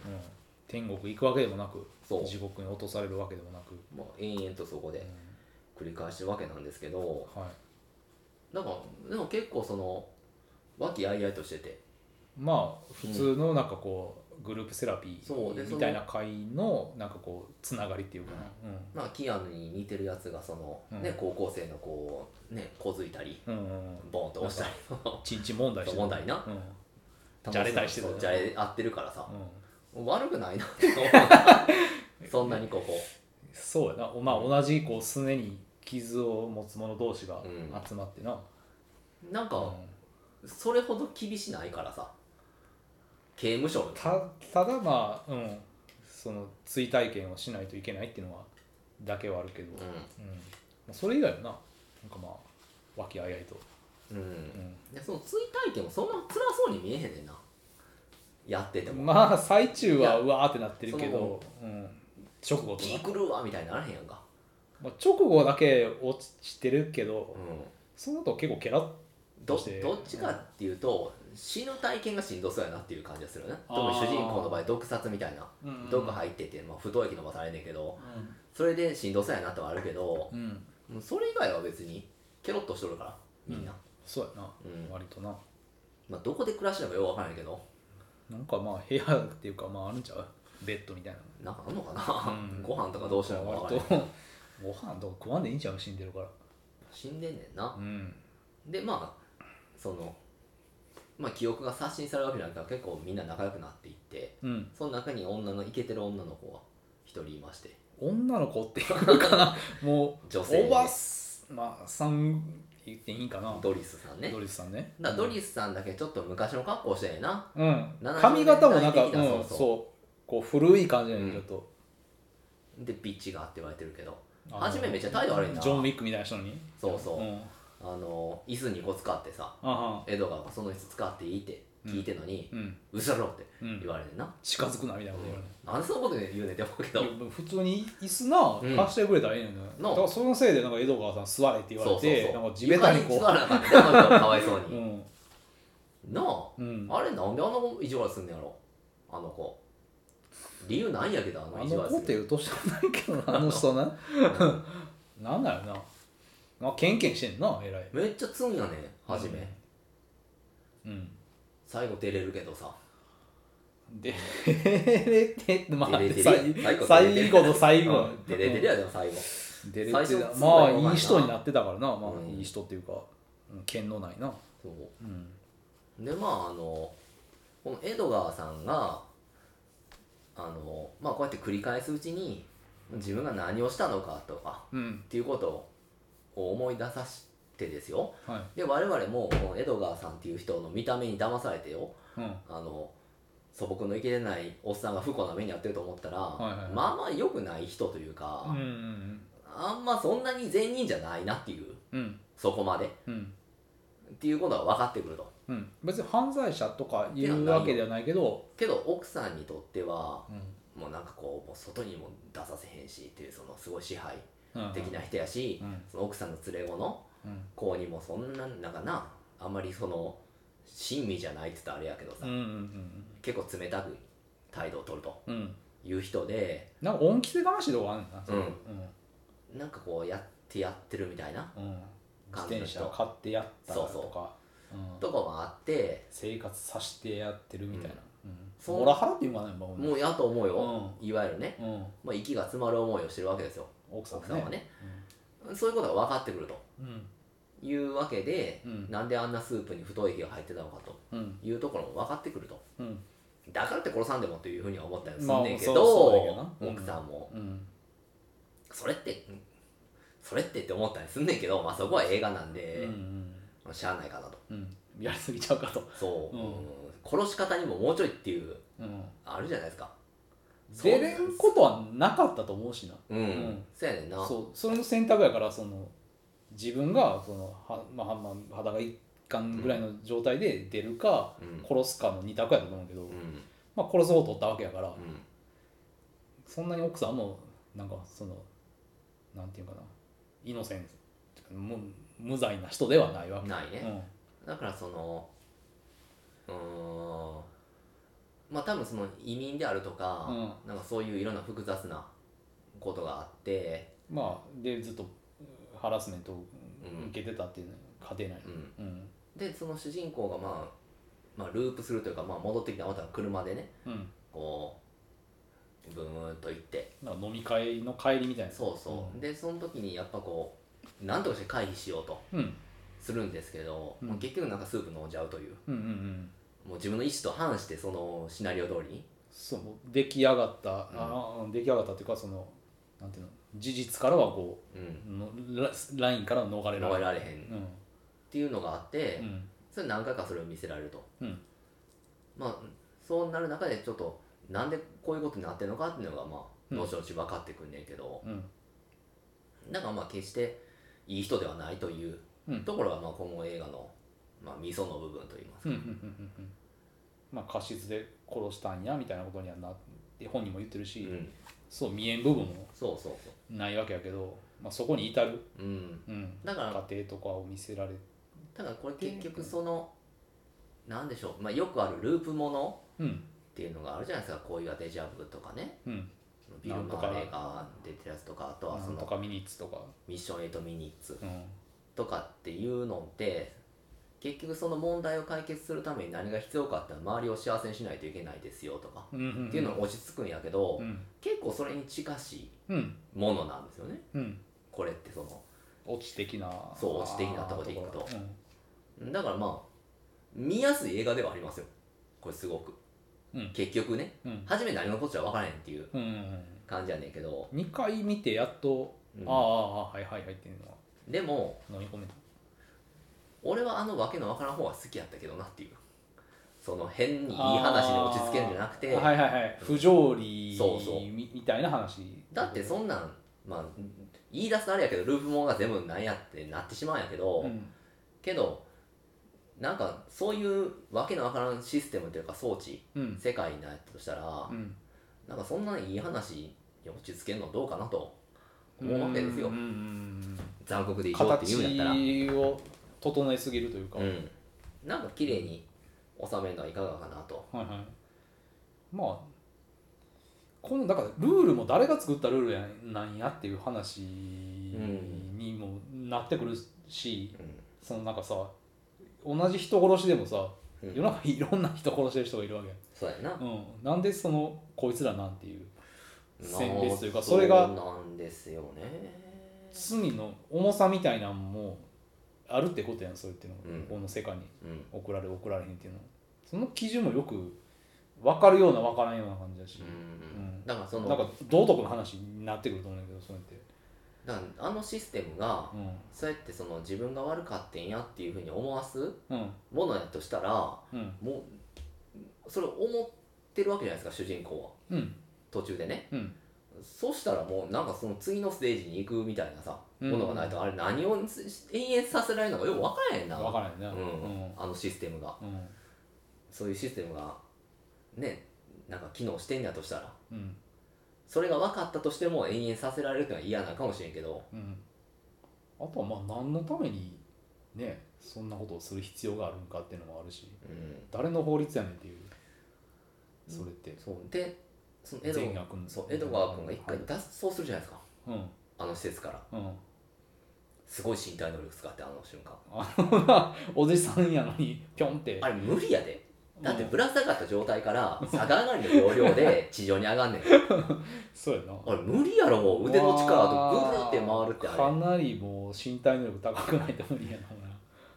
S2: 天国行くわけでもなく
S1: そう
S2: 地獄に落とされるわけでもなく、
S1: もう延々とそこで繰り返してるわけなんですけど
S2: はい、
S1: なんかでも結構その和気あいあいとしてて
S2: まあ普通のなんかこうグループセラピ
S1: そうで
S2: ーみたいな会のなんかこうつながりっていうかな、
S1: まあキアヌに似てるやつがその、
S2: うん
S1: ね高校生のこうね小づいたり
S2: うんうんうんうん、
S1: ボンと押したり
S2: ちんちん問題して
S1: 問題な
S2: うんうん
S1: じ
S2: じゃれたりしてたよな
S1: じゃれ合ってるからさ、悪く
S2: <laughs>
S1: ないなって思うそんなにここ
S2: そうやな、まあ、同じこうすねに傷を持つ者同士が
S1: うん
S2: 集まってな、
S1: なん
S2: う
S1: か
S2: ん
S1: それほど厳しないからさ刑務所
S2: たただまあ、うん、その追体験をしないといけないっていうのはだけはあるけど、うん
S1: う
S2: まあそれ以外はななんかまあ和気あいあいと、
S1: ん、う、
S2: うんん
S1: でその追体験もそんな辛そうに見えへんねんなやってても
S2: まあ最中
S1: いや
S2: はうわーってなってるけど、うん、直後と
S1: 気
S2: な、
S1: 狂うわみたいにならへんやんか
S2: まあ、直後だけ落ちてるけど、
S1: うん
S2: その後結構ケラッ
S1: ど
S2: そして
S1: どっちかっていうと、死ぬ体験がしんどそうやなっていう感じがするよね
S2: あ
S1: 特
S2: ー
S1: に主人公の場合毒殺みたいな、
S2: うんうん
S1: 毒入ってて、まあ、不動液飲まされんねんけどそれでしんどそうやなとはあるけど、
S2: うん、
S1: もうそれ以外は別にケロッとしとるからみんな、
S2: そうやな、
S1: うん
S2: 割とな
S1: まあ、どこで暮らしてるのかようわからんけど
S2: なんかまあ部屋っていうかまああるんちゃうベッドみたい
S1: な
S2: な
S1: んかあんのかな、
S2: うん
S1: ご飯とかどうしようか分から
S2: 割
S1: ん
S2: と <laughs> ご飯とか食わんでいいんちゃう死んでるから
S1: 死んでんねんな
S2: うん
S1: でまあそのまあ記憶が刷新されるわけじゃないから結構みんな仲良くなっていって
S2: うん
S1: その中に女のイケてる女の子が一人いまして
S2: 女の子っていう
S1: <laughs>
S2: かなもう
S1: 女性ね
S2: おばすまあさん言っていいんかな
S1: ドリスさんね
S2: ドリスさんね
S1: だからドリスさんだけちょっと昔の格好してえな
S2: うん
S1: 70年
S2: 髪型もなんか、
S1: 代
S2: うん、
S1: 的な
S2: そう
S1: そうそう
S2: こう古い感じなのちょっと、
S1: でビッチがって言われてるけど
S2: あの
S1: 初めめっちゃ態度悪いな
S2: ジョン・ウィックみたいな人に
S1: そうそう、
S2: うん、
S1: あの椅子2個使ってさ
S2: あはん
S1: エドガーがその椅子使っていいって聞いてんのに
S2: うん
S1: 「うしろ!」って
S2: うん
S1: 言われてんな、
S2: 近づくなみたいなこと言われる、
S1: なんでそんなこと言うねんって思うけど
S2: いや普通に椅子な、貸してくれたらええのに、
S1: なあ
S2: だからそのせいでなんか江戸川さん座れって言われてなんか地べたにこ
S1: 床に座らなあかったなかわいそう
S2: う、
S1: に、
S2: うん
S1: なあ
S2: うん、
S1: あれなんであの意地悪すんのやろあの子理由ないんやけどあの
S2: あ
S1: 意地
S2: の
S1: 悪
S2: 子っ
S1: す
S2: て
S1: る
S2: 言うとしてもないけどなあの人ななんだよなあケンケンしてんな偉い
S1: めっちゃ積んやね初め、
S2: うん
S1: 最後照れるけどさ
S2: <laughs> でれてって待って
S1: デレデレ
S2: 最
S1: や
S2: 最後の最後
S1: うん照れてるやでも最後
S2: デレ
S1: 最
S2: て
S1: 初
S2: だまあ
S1: すごいお前ない
S2: い人になってたからなまあ、
S1: うん
S2: いい人っていうかうん剣のないな
S1: そう
S2: うん
S1: でまああのこのエドガーさんがあの、まあ、こうやって繰り返すうちに自分が何をしたのかとか
S2: うん
S1: っていうことを思い出させてですよ
S2: はい
S1: で我々もこのエドガーさんっていう人の見た目に騙されてよ
S2: うん
S1: あの素朴のいけてないおっさんが不幸な目に遭ってると思ったら、
S2: いはいはい
S1: まあまあ良くない人というか、
S2: うんうん
S1: あんまそんなに善人じゃないなっていう
S2: うん
S1: そこまでっ
S2: うん
S1: ていうことが分かってくると
S2: うん別に犯罪者とかいうわけではないけど
S1: けど奥さんにとっては
S2: うん
S1: もうなんかこうもう外にも出させへんしっていうそのすごい支配
S2: うん
S1: 的な人やし、
S2: うん
S1: その奥さんの連れ子の
S2: うん
S1: 子にもそんななんかなあんまりその親身じゃないって言ったらあれやけどさ、
S2: うんうん
S1: 結構冷たく態度を取ると
S2: うんうん
S1: いう人で
S2: なんか恩着せがましいとこあるんだな
S1: うん
S2: うん
S1: なんかこうやってやってるみたいな
S2: うん
S1: 感
S2: 自
S1: じの
S2: 転
S1: 人
S2: 車買ってやったら
S1: そう
S2: とかうん
S1: とかもあって
S2: 生活させてやってるみたいなうん
S1: そう
S2: モラハラって言わないもん
S1: もうやと思うよ、
S2: う
S1: いわゆるね、
S2: うん
S1: まあ、息が詰まる思いをしてるわけですよ
S2: 奥さん
S1: 奥さんは
S2: はね
S1: ねそういうことが分かってくると
S2: うん
S1: いうわけで、
S2: うん
S1: なんであんなスープに太い火が入ってたのかと
S2: うん
S1: いうところも分かってくると
S2: うん
S1: だからって殺さんでもっていうふうには思ったりす
S2: まあ
S1: んねんけ
S2: そうそうだけ
S1: ど
S2: どな、うん
S1: 奥さんも、
S2: うん
S1: それってうんそれってって思ったりすんねんけど、まあ、そこは映画なん
S2: うんう
S1: で、
S2: ん
S1: しゃあないかなと
S2: うんやりすぎちゃうかと
S1: そう、
S2: うん
S1: うん殺し方にももうちょいっていう
S2: うん
S1: あるじゃないですかそう
S2: 出れんことはなかったと思うしな
S1: うん、
S2: ん
S1: そうやねんな
S2: そうそれの選択やからその自分がそのは、まあ、はまあ肌が一貫ぐらいの状態で出るか、
S1: うん
S2: 殺すかの二択やと思うけど、
S1: うん
S2: まあ、殺す方を取ったわけやから、
S1: うん
S2: そんなに奥さんもなんかそのなんていうかなイノセンス無無罪な人ではないわけ、
S1: ないね、だからそのうーんまあ多分その移民であるとか、なんかそういういろんな複雑なことがあって、
S2: うん、まあでずっとハラスメントを
S1: うん
S2: 受けてたっていうのは家庭内
S1: うん、
S2: にうん
S1: でその主人公が、まあ、まあループするというか、まあ、戻ってきたまた車でね
S2: うん、
S1: こうブーンと行って
S2: なんか飲み会の帰りみたいな
S1: そうそう、でその時にやっぱこう何とかして回避しようと
S2: うん、うん
S1: するんですけど、
S2: うん
S1: まあ結局なんかスープ飲んじゃうという
S2: うんうんうん
S1: もう自分の意思と反してそのシナリオ通りに
S2: そう出来上がった、ああ出来上がったっていうかそのなんていうの事実からはこ
S1: うん
S2: うのララインからは逃れられ
S1: 逃
S2: な
S1: れ
S2: い
S1: られへんっ
S2: うん
S1: ていうのがあって、
S2: うん
S1: それ何回かそれを見せられると
S2: うん
S1: まあそうなる中でちょっとなんでこういうことになってるのかっていうのがま
S2: う
S1: あ
S2: ん
S1: どうしようし分かってくんねんけど、
S2: うん
S1: なんかまあ決していい人ではないという
S2: うん
S1: ところがまあ今後映画のまあ味噌の部分といいます
S2: う
S1: か、
S2: んうんうんうんうんまあ過失で殺したんやみたいなことにはなって本人も言ってるし、
S1: うん
S2: そう見えん部分も
S1: そうそうそ
S2: ないわけやけど、まあ、そこに至る、
S1: ううん
S2: うん、
S1: だから
S2: 過程とかを見せられ
S1: だからこれ結局そのなんでしょう、まあ、よくあるループもの
S2: うん
S1: っていうのがあるじゃないですかこういうデジャブとかね
S2: うん
S1: ビル・マ
S2: なんとか
S1: ーレーが出てるやつとかあとは
S2: な
S1: そ
S2: んと
S1: の
S2: かミニッツとか、
S1: ミッション8ミニッツ
S2: うん、
S1: とかっていうのって結局その問題を解決するために何が必要かって周りを幸せにしないといけないですよとか
S2: うんうんうん
S1: っていうのが落ち着くんやけど、
S2: うん
S1: 結構それに近しい
S2: うん
S1: ものなんですよね
S2: うん
S1: これってその
S2: 落ち的な
S1: そう落ち的なとこでいくと
S2: うん
S1: だからまあ見やすい映画ではありますよこれすごく、
S2: うん
S1: 結局ね
S2: うん
S1: 初め何のこっちゃ分からへんっていう
S2: うんうんうん
S1: 感じやねんけど、
S2: 2回見てやっと、
S1: うん
S2: ああああはいはいはいっていうのは
S1: でも
S2: 飲み込めた
S1: 俺はあのわけのわからん方が好きやったけどなっていうその変にいい話で落ち着けるんじゃなくて
S2: あーはいはいはい不条理
S1: そうそう
S2: みみたいな話
S1: だってそんなん、まあ、言い出すとあれやけどループもんが全部なんやってなってしまうんやけど、
S2: うん
S1: けどなんかそういうわけのわからんシステムというか装置
S2: うん
S1: 世界になったとしたら、
S2: うん
S1: なんかそんないい話に落ち着けるのどうかなと思うわけですよ、
S2: うんうんうん
S1: 残酷で
S2: うん
S1: 異常って言うんやったら、
S2: 形を整えすぎるというか、
S1: う
S2: はい
S1: ん、なんか綺麗に収めるのはいかがかなと
S2: はいまあこのだからルールも誰が作ったルールやなんやっていう話にもなってくるし、そのなんかさ同じ人殺しでもさ
S1: うん
S2: 世の中いろんな人殺してる人がいるわけ、
S1: そうやな
S2: うん、なんでそのこいつらなんていう選別というか
S1: まあ
S2: それが
S1: うなんですよね
S2: 罪の重さみたいなんもあるってことやんそれっていうのが、
S1: うん
S2: この世界に
S1: うん
S2: 送られ送られへんっていうのその基準もよく分かるような分からんような感じだ
S1: う
S2: し、
S1: んだからその
S2: なんか道徳の話になってくると思うんだけどそうやって、
S1: だからあのシステムが
S2: う
S1: そうやってその自分が悪かってんやっていうふうに思わす
S2: んうん
S1: ものやとしたらも
S2: うん
S1: うそれを思ってるわけじゃないですか主人公は
S2: うん
S1: 途中でね
S2: うん
S1: そうしたらもうなんかその次のステージに行くみたいなさ
S2: うん
S1: ものがないとあれ何を延々させられるのかよく分からへんな
S2: 分からんよ
S1: う
S2: ね
S1: んあのシステムが
S2: うんうん
S1: そういうシステムがねなんか機能してんやとしたら
S2: うん
S1: それが分かったとしても延々させられるってのは嫌なのかもしれんけど
S2: うんあとはまあ何のためにねそんなことをする必要があるんかっていうのもあるし
S1: うん
S2: 誰の法律やねんっていうそれって
S1: そうでそのエド
S2: 善悪の
S1: そうエドガー君が一回
S2: はい
S1: 脱走するじゃないですか
S2: うん
S1: あの施設から
S2: うん
S1: すごい身体能力使ってあの瞬間
S2: あのなおじさんやのにぴょんって
S1: あれ無理やでだって
S2: うん
S1: ぶら下がった状態から逆上がりの要領で地上に上がんねん
S2: そうやな
S1: あれ無理やろもう腕の力とぐるって回るってあ
S2: か
S1: れ
S2: なりもう身体能力高くないと無理やな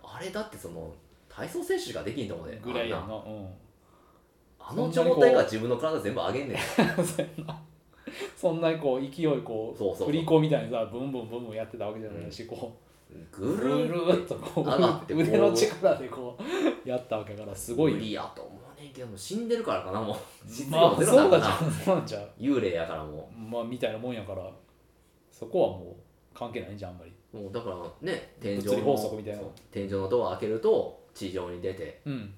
S1: あれだってその体操選手しかできんと思うで
S2: ぐらいや
S1: あんな
S2: なうん
S1: あの状態から自分の体全部上げんねん
S2: <laughs> そうやなそんなにこう勢いこう
S1: そうそうそう
S2: 振り子みたいにさブンブンブンブンやってたわけじゃないし、こう
S1: ぐ
S2: ぐる
S1: るーっ
S2: ーってとこ
S1: 上がって
S2: う
S1: こう
S2: 腕の力でこうやったわけだからすごい
S1: 無理やと思うねんけどもう死んでるからかなもう実
S2: ま
S1: 力
S2: あ
S1: ゼ
S2: そう
S1: ロだ
S2: なんち
S1: か
S2: ゃうそうなんちゃう
S1: ら幽霊やからも
S2: まあみたいなもんやからそこはもう関係ないんじゃんあんまり
S1: うもうだからね天井
S2: 物理
S1: の
S2: 法則みたいな
S1: そう天井のドア開けると地上に出て
S2: うん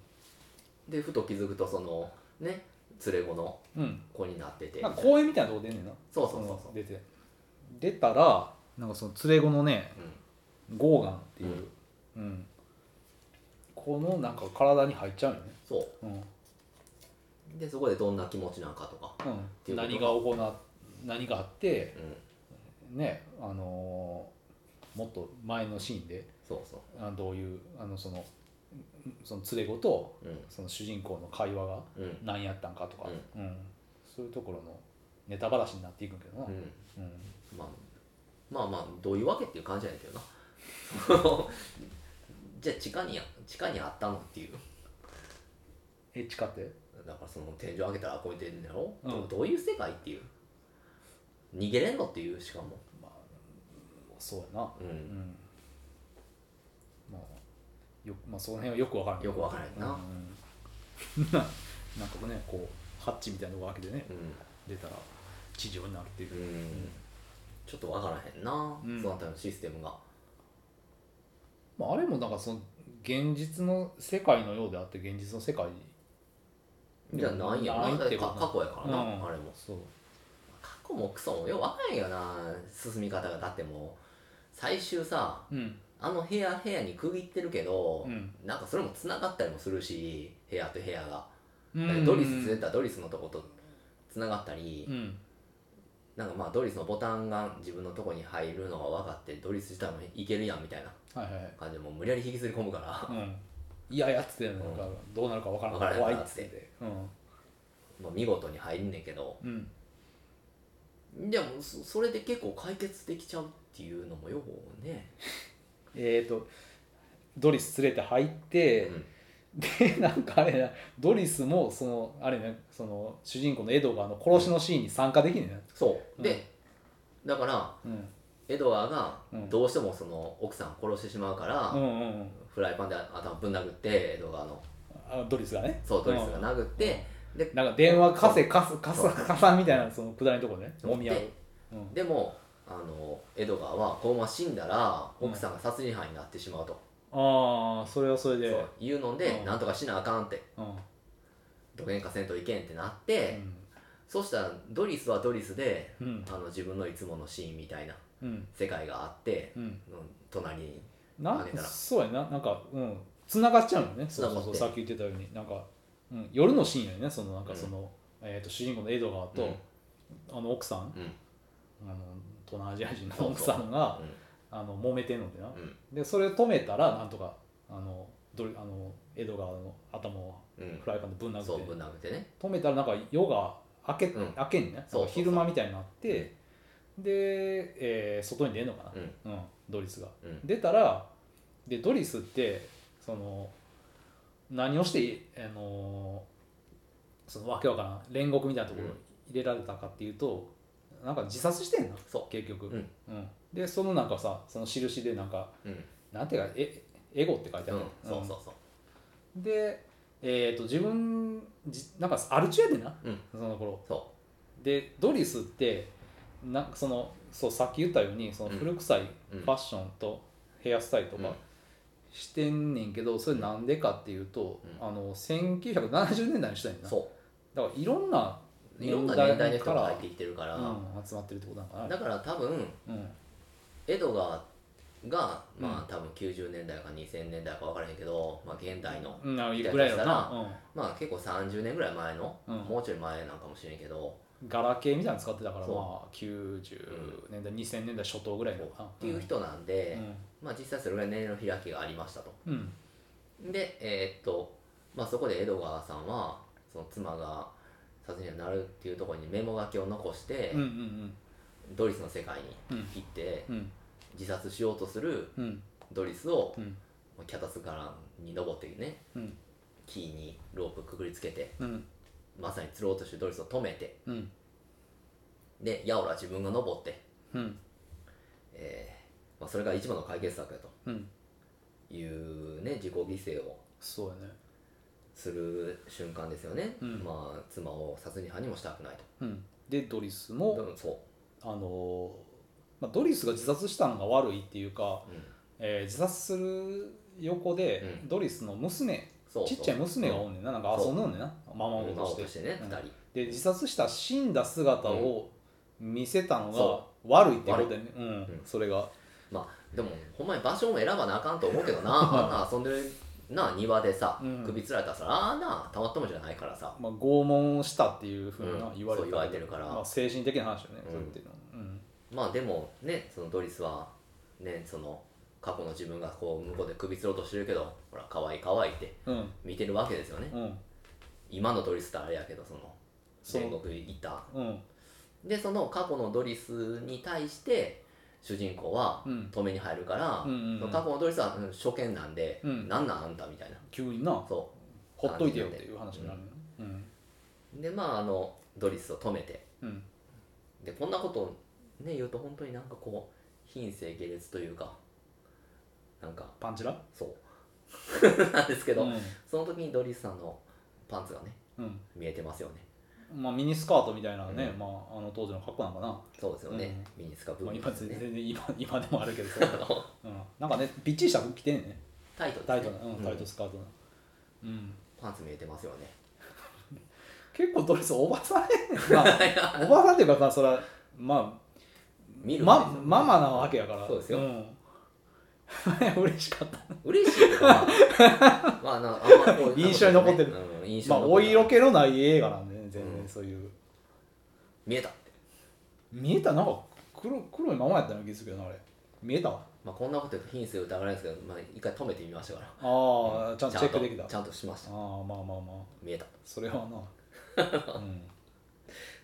S1: でふと気づくとそのね連れ子の
S2: うん
S1: 子になってて
S2: なんか公園みたいなとこ出んねんな
S1: そうそうそうそう
S2: の出て出たらなんかその連れ子のね
S1: う
S2: ゴーガンっていう、うんこのなんか体に入っちゃうよね
S1: んそう
S2: うん
S1: でそこでどんな気持ちなんかとか、
S2: うん、何が行な何があって
S1: うん、
S2: ねあのーもっと前のシーンで
S1: そうそ
S2: あどういうあのそのうんその連れ子と
S1: ううん
S2: その主人公の会話が
S1: うん
S2: 何やったんかとか、うんそういうところのネタばらしになっていくんけどな、
S1: うん
S2: うん
S1: まあまあまあどういうわけっていう感じじゃないけどなそのじゃあ地下に地下にあったのっていう
S2: え地下って
S1: だからその天井上げたらこうやってんだろ、
S2: うん
S1: どどういう世界っていう逃げれんのっていうしかも、
S2: そうやな
S1: う、
S2: うんんまあよまあその辺はよくわからん
S1: よくわからんな、
S2: うん、 <laughs> ななんかねこうハッチみたいなのが開けてね
S1: うん
S2: 出たら地上になるっていう
S1: う、んちょっとわからへんな、
S2: うん
S1: そのあたりのシステムが
S2: まあ、あれもなんかその現実の世界のようであって現実の世界
S1: じゃあないんやろ
S2: ない
S1: な
S2: ってこ
S1: か
S2: と
S1: 過去やからな、
S2: うん
S1: あれも
S2: そう
S1: 過去もクソもよくわからへんよな進み方がだってもう最終さ
S2: うん
S1: あの部屋部屋に区切ってるけど、
S2: うん
S1: なんかそれもつながったりもするし部屋と部屋が、
S2: う
S1: だから
S2: ん
S1: ドリス連れたらドリスのとことつながったり、
S2: うん
S1: なんかまあドリスのボタンが自分のとこに入るのが分かってドリス自体もいけるやんみたいな
S2: はいはいはい
S1: 感じでもう無理やり引きずり込むから
S2: うんいやいやっつってなんかどうなるかわからない
S1: <laughs> わ
S2: 怖
S1: から
S2: い
S1: ん
S2: っ
S1: から
S2: つってうん
S1: まあ見事に入んねんけど
S2: うん
S1: でもそそれで結構解決できちゃうっていうのもよくね、
S2: えー、とドリス連れて入って、
S1: うん
S2: で <laughs> なんかあれやなドリスもそのあれねその主人公のエドガーの殺しのシーンに参加できね
S1: そう、
S2: うん
S1: でだから
S2: えな、
S1: エドワーが
S2: うん
S1: どうしてもその奥さん殺してしまうから、
S2: うん、うんうんうん
S1: フライパンで頭ぶん殴ってエドガーの
S2: あドリスがね
S1: そうドリスが殴って、で
S2: なんか電話かせかすかさかさみたいなそのくだりのとこね
S1: そう
S2: もみ合う
S1: で、
S2: うん、
S1: でもあのエドガーはこのまま死んだら
S2: うん
S1: 奥さんが殺人犯になってしまうと、
S2: ああそれはそれで
S1: そういうので、
S2: うん
S1: なんとかしなあかんって
S2: うん、うん
S1: どげんかせんといけんってなって、そうしたらドリスはドリスで
S2: うん
S1: あの自分のいつものシーンみたいな
S2: うん
S1: 世界があって、
S2: うん
S1: うん隣に
S2: な
S1: あげたら
S2: そうやななんかうん繋がっちゃうよねそうそう
S1: 繋が
S2: そ
S1: っ
S2: う
S1: て
S2: さっき言ってたようになんか、うん、夜のシーンやねそのなんかその、えー、と主人公のエドガーと、
S1: うん
S2: あの奥さん
S1: うん
S2: あの東南アジア人の奥さんが
S1: うん
S2: あの揉めてんのってな、
S1: うん
S2: でそれを止めたらなんとかあのどれあの江戸川の頭を
S1: うん
S2: フライパンでぶん
S1: そ
S2: 殴
S1: うぶ
S2: って
S1: ん殴ってね
S2: 止めたらなんか夜が明け,、
S1: うん
S2: 明けんねなんか
S1: そうそうそう
S2: 昼間みたいになってで、えー外に出るのかな、
S1: うん
S2: うんドリスが、
S1: うん
S2: 出たらでドリスってその何をして、あのそのわけわからん煉獄みたいなところに入れられたかっていうと、なんか自殺してんな
S1: そ
S2: 結局、
S1: うん
S2: うんでそのなんかさその印でなんか
S1: ううん
S2: なんていうかえエゴって書いてあ
S1: う
S2: る
S1: ん、そうそうそう
S2: うんでえっ、と自分じなんかアル中やでな、
S1: うん
S2: その頃
S1: そ
S2: でドリスってなんかそのそうさっき言ったようにその
S1: うん
S2: 古臭い
S1: うん
S2: ファッションとヘアスタイルと
S1: うん
S2: かしてんねんけどそれなんでかっていうと、
S1: うん
S2: あの1970年代の人やねん
S1: う
S2: な
S1: そ
S2: だからいろんな
S1: ういろんな年代の人が入ってきてるから、
S2: うん、集まってるってことなのかな
S1: だから多分
S2: うん
S1: エドガーがま
S2: う
S1: あ多分90年代か2000年代か分からへんけど、まあ、現代の
S2: うん、あぐらいの
S1: だ
S2: な、
S1: かまあ結構30年ぐらい前の、
S2: うん
S1: もうちょい前なんかもしれんけど、
S2: うん、ガラケーみたいなの使ってたから
S1: そう
S2: まあ90年代2000年代初頭ぐらいのかな
S1: っていう人なんで、
S2: う
S1: まあ実際それぐらい年齢の開きがありましたと
S2: ん、うん
S1: でえーっとまあそこでエドガーさんはその妻が殺人者になるっていうところにメモ書きを残して、
S2: うんうん
S1: ドリスの世界
S2: うん
S1: に行って
S2: うん
S1: 自殺しようとする
S2: うん
S1: ドリスを
S2: うん
S1: 脚立からに登ってね
S2: うん
S1: キーにロープくくりつけて
S2: うん
S1: まさに釣ろうとしてるドリスを止めて
S2: うん
S1: でヤオラは自分が登って、
S2: うん
S1: えーまあ、それが一番の解決策や
S2: うん
S1: というね自己犠牲を
S2: そうやね
S1: する瞬間ですよね、
S2: うん
S1: まあ妻を殺人犯にもしたくない
S2: うんでドリス
S1: と、
S2: も
S1: うんそう
S2: あのーまあ、ドリスが自殺したのが悪いっていうか、
S1: うん
S2: えー自殺する横で、
S1: うん
S2: ドリスの娘
S1: そう
S2: ちっちゃい娘がお
S1: うん
S2: ねんななんか遊んでおんねんなママ
S1: 孫
S2: ごと
S1: と
S2: し
S1: しててね
S2: う
S1: 二
S2: ん
S1: 人、
S2: で自殺した死んだ姿を見せたのが
S1: そ
S2: 悪いってことだよね、うん
S1: うん
S2: それが
S1: まあでもほんまに場所も選ばなあかんと思うけどなあんな遊んでるな庭でさ、
S2: うん
S1: 首つられたらさあんなたまったもんじゃないからさ
S2: まあ、拷問をしたっていうふうな
S1: うん
S2: 言われ
S1: そう言われてるから
S2: まあ、精神的な話よね、
S1: うん
S2: それっていうのはうん
S1: まあでもねそのドリスはねその過去の自分がこう向こうで首つろうとしてるけどほら可愛い可愛いって
S2: うん
S1: 見てるわけですよね、
S2: うん
S1: 今のドリスってあれやけどその
S2: そう
S1: 戦国行った
S2: うん
S1: でその過去のドリスに対して主人公は
S2: うん
S1: 止めに入るから、
S2: うんうんうん
S1: その過去のドリスはうん初見なんで、
S2: うん
S1: なんなんあんたみたいな
S2: 急にな
S1: そ
S2: ほっといてよっていう話になるよねうん
S1: うでまああのドリスを止めて
S2: うん
S1: でこんなことをね言うと本当になんかこう品性下劣というかなんか
S2: パンチラ
S1: そう <laughs> なんですけど、
S2: うん
S1: その時にドリスさんのパンツがね
S2: うん
S1: 見えてますよね
S2: まあ、ミニスカートみたいなね、
S1: うん
S2: まあ、あの当時の格好なんかな、
S1: そうですよね、ミニスカブー
S2: まあ、
S1: ム
S2: 今
S1: です
S2: 全
S1: ね、
S2: 然今今でもあるけどさ、 <laughs>
S1: あの
S2: うん、なんかねびっちりした服着てんねんね
S1: <laughs> タイトですね
S2: タイトな、うん
S1: うん
S2: タイトスカートの、うん、
S1: パンツ見えてますよね
S2: 結構ドレスおばさんやね <laughs> んなおばさんっていうかまあそれはま
S1: 見
S2: あ
S1: る
S2: まママなわけやから
S1: そうですよ
S2: ん、 <laughs> 嬉しかった
S1: 嬉しいけどなまああのあんまこう
S2: <laughs> 印象に残ってる
S1: うん印
S2: ま
S1: 象
S2: あ
S1: に
S2: お
S1: 残ってる
S2: 色気のない映画なんでね全
S1: うん
S2: 然そういう、
S1: 見えたって、
S2: 見えたなんか黒黒いままやったような気がするけどなあれ見えたわ
S1: まあ、こんなこと言うと品性疑われるんですけど、まあ、一回止めてみましたから
S2: ああ、ちゃんとチェックできたあ
S1: ちゃんとしまし
S2: あ
S1: た
S2: ーまあまあまあ
S1: 見えた
S2: それは <laughs> な、うん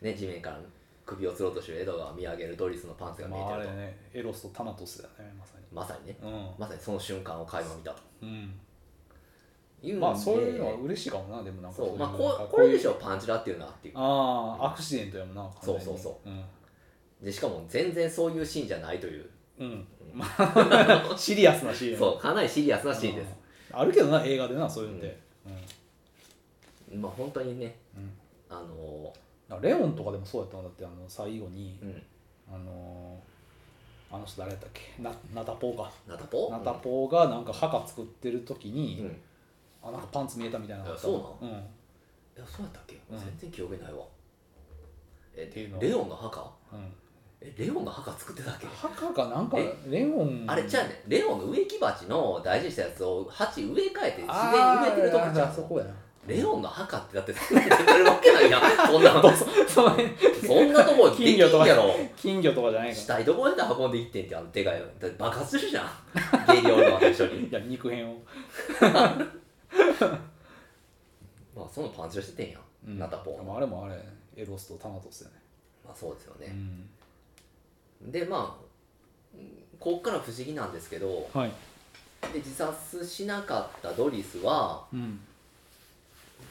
S1: ね地面から首をつろうとしてるエドガーを見上げるドリスのパンツが見
S2: ま
S1: え
S2: あ、
S1: て
S2: あ
S1: る
S2: れ
S1: と、
S2: ねエロスとタナトスだねまさ
S1: まさにね
S2: にうん、
S1: まさにその瞬間を垣間見たと
S2: うん、
S1: いうんで
S2: まあそういうのは嬉しいかもなでもなんか
S1: そうまあ
S2: い
S1: こ
S2: なん
S1: う
S2: か
S1: これ
S2: ういう
S1: でしょパンチラっていうのはっていう
S2: ああアクシデントやもんな完全に
S1: そうそうそ
S2: うん、
S1: でしかも全然そういうシーンじゃないという
S2: うん、まあ <laughs> シリアスなシーン
S1: そうかなりシリアスなシーンです
S2: あるけどな映画でなそういうのって、うん
S1: まあ本当にね
S2: うん
S1: あの
S2: だからレオンとかでもそうやったんだってあの最後に
S1: ー、うん
S2: あのーあの人誰やったっけなナタポーか
S1: ナタポ
S2: ナタポーがなんか墓作ってる時に、
S1: うん
S2: あなんかパンツ見えたみたいなのがあった
S1: いやそう
S2: うん
S1: いやそうやったっけ、
S2: うん
S1: 全然記憶ないわえ
S2: ていうのは
S1: レオンの墓
S2: うん、
S1: えレオンの墓作ってたっけ、
S2: 墓がなんか
S1: え
S2: レオン
S1: あれじゃあねレオンの植木鉢の大事にしたやつを鉢植え替えて自然に
S2: あ
S1: 植え
S2: ー
S1: てるとこじゃん
S2: そこやな
S1: レオンの墓ってだって作ってくれるわけないやんそんなの
S2: その辺
S1: そんなとこできんや
S2: 金魚とか
S1: ろ
S2: 金魚とかじゃない
S1: 死
S2: か
S1: 体どこまで運んでいってんってあのでかいのだって爆発するじゃん原料の一緒に
S2: <laughs> らいや肉片を
S1: まあそのパンチをしててんや、
S2: うん
S1: ん、ナタポン
S2: まああれもあれエロスとタナトスだよね
S1: まあそうですよ
S2: う
S1: ね、
S2: ん
S1: でまあこっから不思議なんですけど
S2: はい
S1: で自殺しなかったドリスは
S2: うん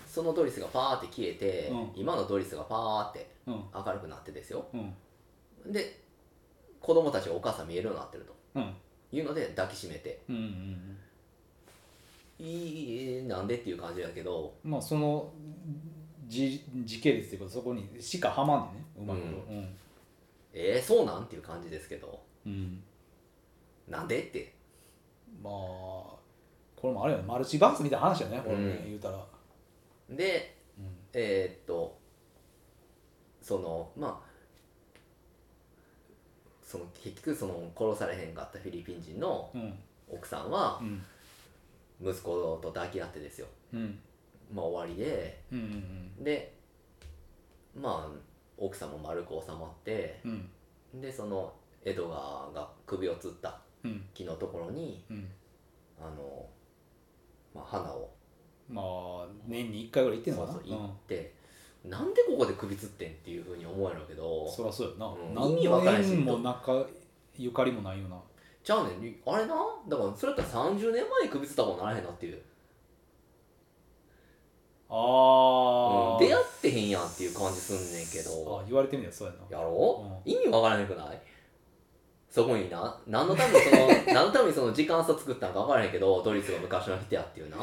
S1: そのドリスがパーって消えて、
S2: うん
S1: 今のドリスがパーって
S2: うん
S1: 明るくなってですよ
S2: うん
S1: で子供たちがお母さん見えるようになってると
S2: うん
S1: いうので抱きしめて
S2: うんうん
S1: いいなんでっていう感じだけど
S2: まあその時時系列っていうかそこにしかはまんねんねうまいことうん
S1: えー、そうなんっていう感じですけど
S2: うん
S1: なんでって
S2: まあこれもあれよねマルチバースみたいな話だよねこれもね
S1: うん
S2: 言うたら
S1: で
S2: うん
S1: えーっとそのまあその結局その殺されへんかったフィリピン人の
S2: うん
S1: 奥さんは
S2: うん
S1: 息子と抱き合ってですよ
S2: うん
S1: まあ終わりで
S2: うんうん
S1: でまあ奥さんも丸く収まって
S2: うん
S1: でそのエドガーが首を吊った
S2: うん
S1: 木のところに
S2: うん
S1: あの、まあ、花を
S2: まあ年に1回ぐらい行ってんの
S1: そう
S2: か
S1: そ
S2: な
S1: う行って、なんでここで首吊ってんっていうふうに思えるけど
S2: うんそりゃそうや
S1: うん
S2: な
S1: 意味わからんし
S2: 何の縁も仲ゆかりもないよな
S1: じゃあねあれなだからそれやったら30年前に首吊ったことならへんなっていう、うん
S2: ああ
S1: 出会ってへんやんっていう感じすんねんけ
S2: あ
S1: ど
S2: 言われてみればそうやな
S1: やろ、
S2: う
S1: 意味わからへんくないそこにな何のためにそ
S2: <laughs>
S1: の何のためにその時間差作ったんか分からへんけどドリスが昔の人やっていうな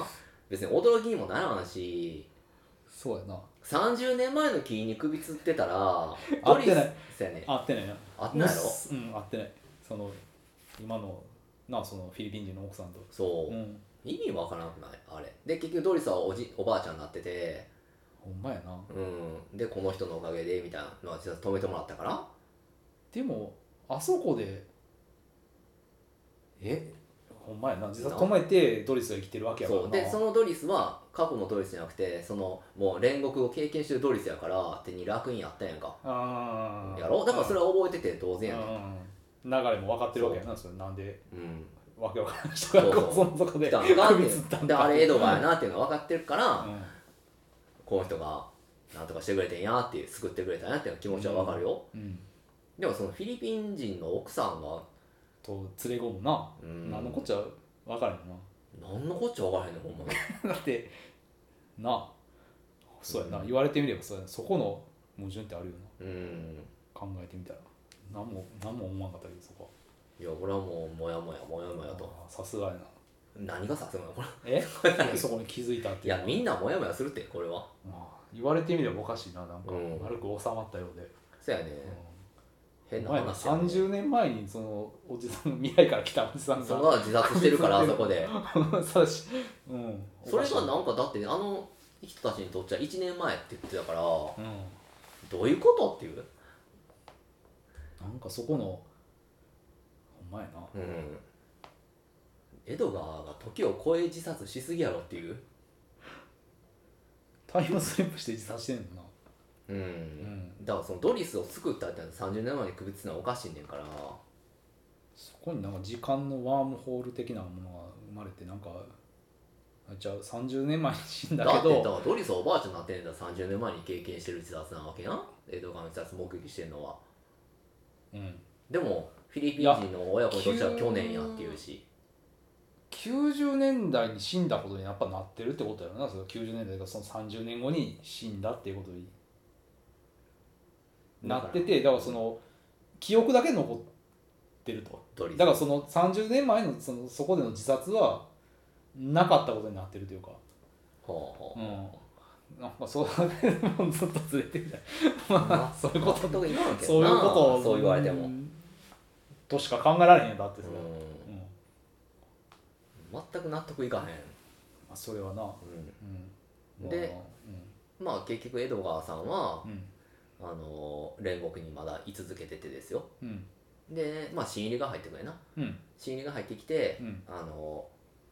S1: 別に驚きにもならんし
S2: そうやな
S1: 30年前の木に首吊ってたら
S2: 合ってない
S1: スやね
S2: 合ってないな
S1: あってないやろ
S2: うん合ってないその今のなあそのフィリピン人の奥さんと
S1: そう、
S2: うん
S1: 意味わからなくないあれで結局ドリスはおじおばあちゃんになってて
S2: ほんまやな
S1: うんでこの人のおかげでみたいなのは実は止めてもらったから
S2: でもあそこでえほんまやな自殺止めてドリスが生きてるわけやから
S1: そう
S2: な
S1: でそのドリスは過去のドリスじゃなくてそのもう煉獄を経験してるドリスやから手に楽にやったんやんか
S2: あー
S1: やろだからそれは覚えてて当
S2: うん
S1: 然やね
S2: うん流れも分かってるわけやなそれなんで
S1: うん
S2: わけわからん人が
S1: そう
S2: そのそこで
S1: 来たん
S2: 首
S1: かっ
S2: 吊った
S1: て
S2: ん
S1: で
S2: だ
S1: あれエドガーやなっていうのは分かってるから
S2: うん
S1: この人がなんとかしてくれてんやっていう救ってくれたんやっていう気持ちは分かるよ
S2: うん
S1: でもそのフィリピン人の奥さんが
S2: と連れ込むな
S1: うん
S2: 何のこっちゃ分からんよ
S1: なんのこっちゃ分からへんねんほんまに
S2: な <laughs> だってなあそうやな
S1: うん
S2: 言われてみればそうやなそこの矛盾ってあるよな
S1: うん
S2: 考えてみたら何も何も思わんかったけどそこ
S1: いやこれはもうモヤモヤモヤモヤ
S2: は
S1: と
S2: あーさすがやな
S1: 何がさすがなのこれ <laughs>
S2: えそこに気づいたっ
S1: い
S2: ていう
S1: や
S2: のは
S1: みんなモヤモヤするってこれは
S2: まあ言われてみればおかしいななんか
S1: うん
S2: 丸く収まったようで、
S1: そやね変な
S2: お前ら
S1: 話やね
S2: 30年前にそのおじさん未来から来たおじさんが
S1: そこは自殺してる
S2: <laughs>
S1: からあそこで
S2: さらし、うん、
S1: それ
S2: おかし
S1: が
S2: い
S1: なんかだってあの人たちにとっちゃ1年前って言ってたからど
S2: うん、
S1: ういうことっていう
S2: なんかそこのほんまやな
S1: うんエドガーが時を超え自殺しすぎやろっていう
S2: タイムスリップして自殺してんのな
S1: うん、
S2: ん
S1: だからそのドリスを救ったってのは30年前に首吊つのはおかしいねんから
S2: そこになんか時間のワームホール的なものが生まれてなんかあじゃあ30年前に死んだ
S1: だ
S2: け
S1: ってだか
S2: ど
S1: らドリスはおばあちゃんになってんだから30年前に経験してる自殺なわけな江戸川の自殺目撃してるのは
S2: うん、
S1: でもフィリピン人の親子にとしては
S2: 急
S1: 去年やっていうし
S2: 90年代に死んだことにやっぱなってるってことやろなその90年代がその30年後に死んだっていうことになっててだからその記憶だけ残ってると
S1: ドリス
S2: だからその30年前のそのそこでの自殺はなかったことになってるというか
S1: ほ
S2: う
S1: うん
S2: なんかそうもうずっとずれてるじゃん
S1: ほう
S2: まあそういうこと
S1: と言わんけ
S2: そう
S1: ど
S2: い
S1: な
S2: うことを
S1: そう言われても
S2: う
S1: うん
S2: んとしか考えられへんよだってそれ、うん
S1: 全く納得いか
S2: まあ、それはな、
S1: へん、うん
S2: うん、
S1: で
S2: まあ
S1: まあ結局江戸川さんは
S2: うんうん
S1: あの煉獄にまだ居続けててですよ
S2: うん
S1: でまあ新入りが入ってくれな
S2: うん
S1: 新入りが入ってきて
S2: うん
S1: あの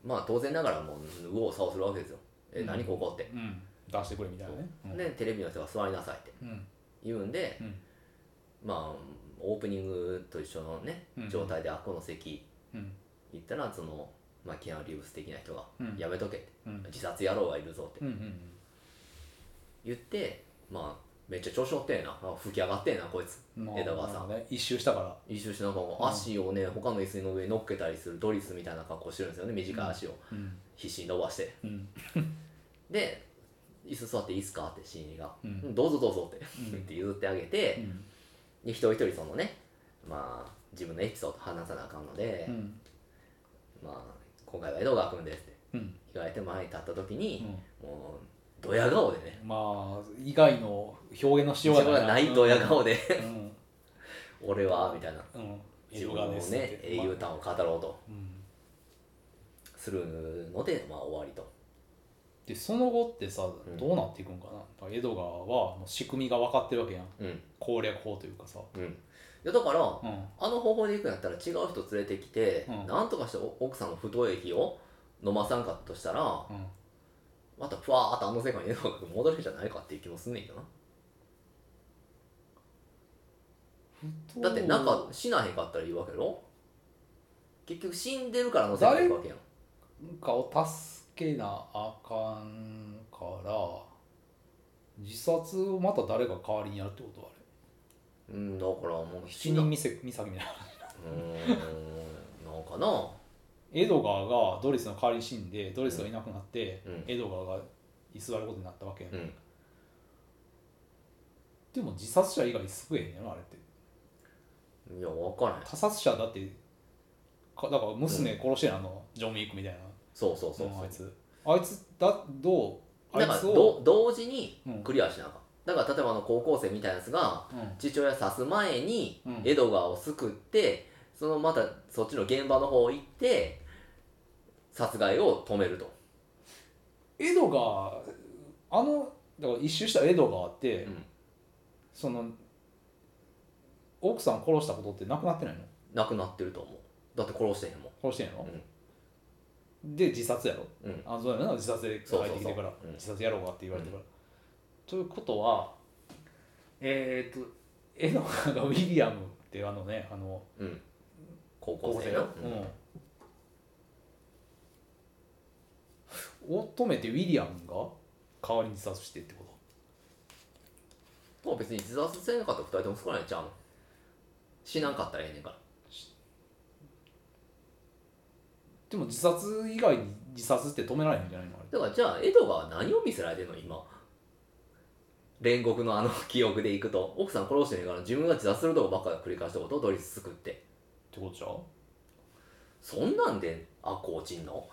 S1: まあ当然ながらもう右往左往するわけですよえ
S2: うん
S1: 何ここって
S2: うん出してくれみたいなね、うん
S1: でテレビの人が座りなさいって
S2: うん
S1: 言うんで、
S2: うん
S1: まあオープニングと一緒のね
S2: うん
S1: 状態で、あこの席
S2: うん
S1: 行ったらその、まあ、キアヌ・リーブス的な人が
S2: う
S1: 「
S2: ん
S1: やめとけ」って
S2: うん
S1: 「自殺野郎がいるぞ」って
S2: うんうん
S1: 言って、まあめっちゃ調子乗ってんなあ吹き上がってんなこいつ
S2: うんまあ
S1: 枝川さん
S2: まあね一周したから
S1: 一周しながら足をね他の椅子の上に乗っけたりするドリスみたいな格好してるんですよね短い足を
S2: うん
S1: 必死に伸ばして
S2: うん
S1: で椅子座っていいっすかって死にが、
S2: うん
S1: うんどうぞどうぞって,、
S2: う
S1: <laughs> っ
S2: ん
S1: て譲ってあげて、
S2: うん
S1: で一人一人そのねまあ自分のエピソード話さなあかんので、
S2: うん
S1: まあ今回は江戸川君ですって
S2: うん
S1: 言われて前に立った時
S2: う
S1: に、
S2: ん
S1: もうドヤ顔でね
S2: まあ以外の表現のしよう
S1: 自分はないドヤ顔で
S2: うん
S1: 「 <laughs> 俺は」みたいな
S2: うん
S1: <laughs> 自分の
S2: 映画です
S1: ね英雄譚を語ろうと
S2: うん
S1: するのでまあ終わりと
S2: でその後ってさ
S1: ん
S2: どうなっていくんかな、江戸川はもう仕組みが分かってるわけやん
S1: うん
S2: 攻略法というかさ
S1: うんいやだから、
S2: うん
S1: あの方法で行くんやったら違う人連れてきて、
S2: うん
S1: なんとかしてお奥さんの不当液を飲まさんかったとしたら、
S2: うん
S1: またふわーっとあの世界に戻るんじゃないかっていう気もすんねんけどなだってなんか死なへんかったらいいわけやろ結局死んでるからあの世界行くわけやん
S2: なんかを助けなあかんから自殺をまた誰が代わりにやるってことはあれ
S1: うんだからもう
S2: 死
S1: 死なうー
S2: 人
S1: ん
S2: 見せ見さみたいな
S1: なんかな
S2: エドガーがドリスの代わりに死んでドリスがいなくなって、
S1: うん
S2: エドガーが居座ることになったわけやん、
S1: うん
S2: でも自殺者以外救えへんやろあれって
S1: いや分からへん
S2: 他殺者だってかだから娘殺してるあのジョン・ウィークみたいな
S1: そうそうそう
S2: うんあい
S1: そ
S2: つあいつだど
S1: う
S2: うあ
S1: だ
S2: い
S1: から
S2: つを
S1: ど同時に
S2: うん
S1: クリアしなあかんだから例えばあの高校生みたいなやつが
S2: うん
S1: 父親刺す前に
S2: うん
S1: エドガーを救ってそのまたそっちの現場の方行って殺害を止めると
S2: エドガーあのだから一周したエドガーって、
S1: うん
S2: その奥さん殺したことってなくなってないの
S1: なくなってると思うだって殺してへんもん
S2: 殺してんの、で自殺やろ
S1: うん
S2: あそうやな自殺で帰ってきてから
S1: そうそうそううん
S2: 自殺やろうかって言われてから、ということはえー、っとエドガーがウィリアムっていうあのねあの
S1: うん高
S2: 高
S1: 校
S2: 校生
S1: 生
S2: や
S1: な
S2: ろ、うん、乙女ってウィリアムが代わりに自殺してってこと
S1: まあ別に自殺せなかったら2人とも少ないんちゃうの死なんかったらええねんから
S2: でも自殺以外に自殺って止められへんじゃないのあれ
S1: だからじゃあエドガーは何を見せられてんの今煉獄のあの <laughs> 記憶でいくと奥さん殺してねえから自分が自殺するとこばっかり繰り返したことをドリス救って
S2: ってことじゃん
S1: そんなんで悪行落ちんの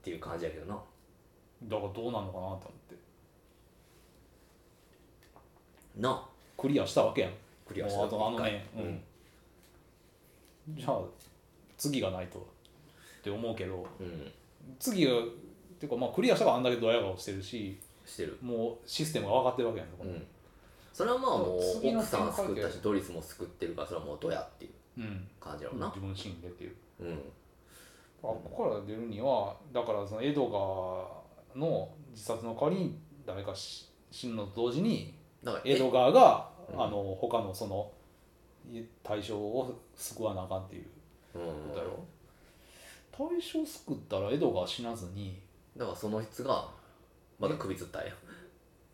S1: っていう感じやけどな
S2: だからどうなのかなと思って
S1: なあ
S2: クリアしたわけやん
S1: クリアした
S2: もうあとあのね、
S1: 一回
S2: うん、じゃあ次がないとって思うけど
S1: うん
S2: 次がっていうかまあクリアしたからあんだけドヤ顔してるし
S1: してる
S2: もうシステムが分かってるわけやん
S1: うんそれはまあもう
S2: 次の
S1: 奥さん
S2: 展開
S1: 救った
S2: で
S1: しドリスも救ってるからそれはもうドヤっていう
S2: うん、
S1: 感じやろな
S2: 自分のシーンでっていう
S1: うん
S2: あここから出るにはだからそのエドガーの自殺の代わりに誰かし死ぬのと同時に
S1: だから
S2: エドガーが、あの他のそのい対象を救わなあかんっていう
S1: う
S2: ことや
S1: ん
S2: ろ、対象救ったらエドガー死なずに
S1: だからその質がまだ首つったんや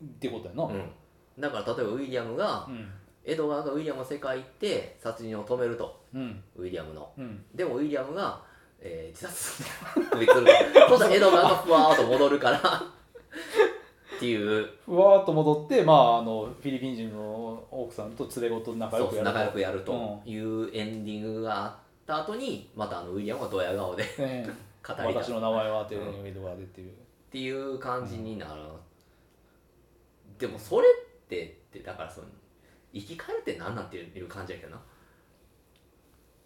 S2: ってことやな、
S1: うんだから例えばウィリアムが
S2: うん
S1: エドガーがウィリアムの世界行って殺人を止めると
S2: うん
S1: ウィリアムの
S2: うん
S1: でもウィリアムが、えー、自殺首つる
S2: <laughs>
S1: からそしたらエドガーがふわーっと戻るからっていう
S2: ふわーっと戻って、まあ、あのフィリピン人の奥さんと連れ子と仲
S1: そ
S2: 良
S1: う
S2: く
S1: そう
S2: やると
S1: 仲良くやるというエンディングがあった後にまたあのウィリアムがドヤ顔で
S2: ええ
S1: 語り出
S2: 私
S1: すっ
S2: の名前はっていうエドガーでっていう、
S1: ていう感じになる、でもそれってってだからその生き返るって何なんていう感じやけどな、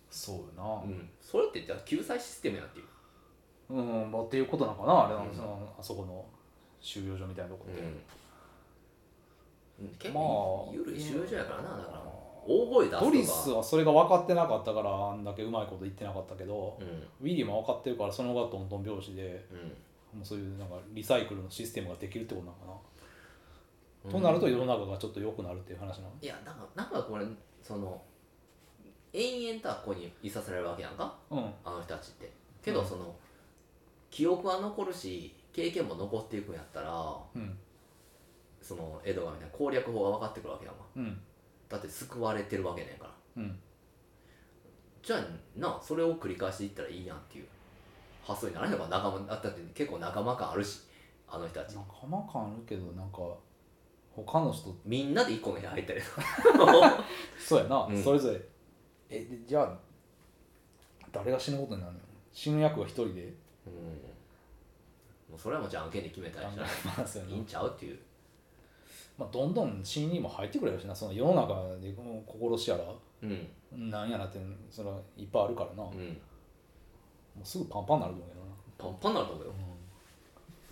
S2: そうよな、
S1: うん、それってじゃあ救済システムやっていう
S2: うん、まあ、っていうことなのかなあれな
S1: うん
S2: そのあそこの収容所みたいなとこって、
S1: うん結構
S2: まあ
S1: ゆるい収容所やからなだから
S2: うん
S1: 大声出すとか
S2: ドリスはそれが分かってなかったからあんだけうまいこと言ってなかったけど、
S1: うん
S2: ウィリーも分かってるからその後はどんどん拍子で
S1: うん
S2: もうそういうなんかリサイクルのシステムができるってことなのかなとなると世の中がちょっと良くなるっていう話なの、
S1: いやなんかなんかこれその延々とはここにいさせられるわけやんか
S2: うん、
S1: あの人たちってけどその、記憶は残るし経験も残っていくんやったら
S2: うん
S1: そのエドガーみたいな攻略法が分かってくるわけやんか
S2: うん
S1: だって救われてるわけねんから
S2: うん
S1: じゃあなそれを繰り返していったらいいやんっていう発想にならへんのか仲間あったって結構仲間感あるしあの人たち
S2: 仲間感あるけどなんか他の人
S1: みんなで一個の部屋入ったり
S2: そうやな、
S1: うん
S2: それぞれえでじゃあ誰が死ぬことになるの死ぬ役は一人で
S1: うんもうそれはもうじゃんけんで決めたりしたら
S2: まあそうや
S1: い
S2: ない
S1: んちゃうっていう
S2: まあ、どんどん死にも入ってくれるしなその世の中でもう心しやら
S1: うん
S2: なんやなってそれはいっぱいあるからな、
S1: う
S2: も
S1: ん
S2: うすぐパンパンになると思うけどな
S1: パンパンになると思うよ、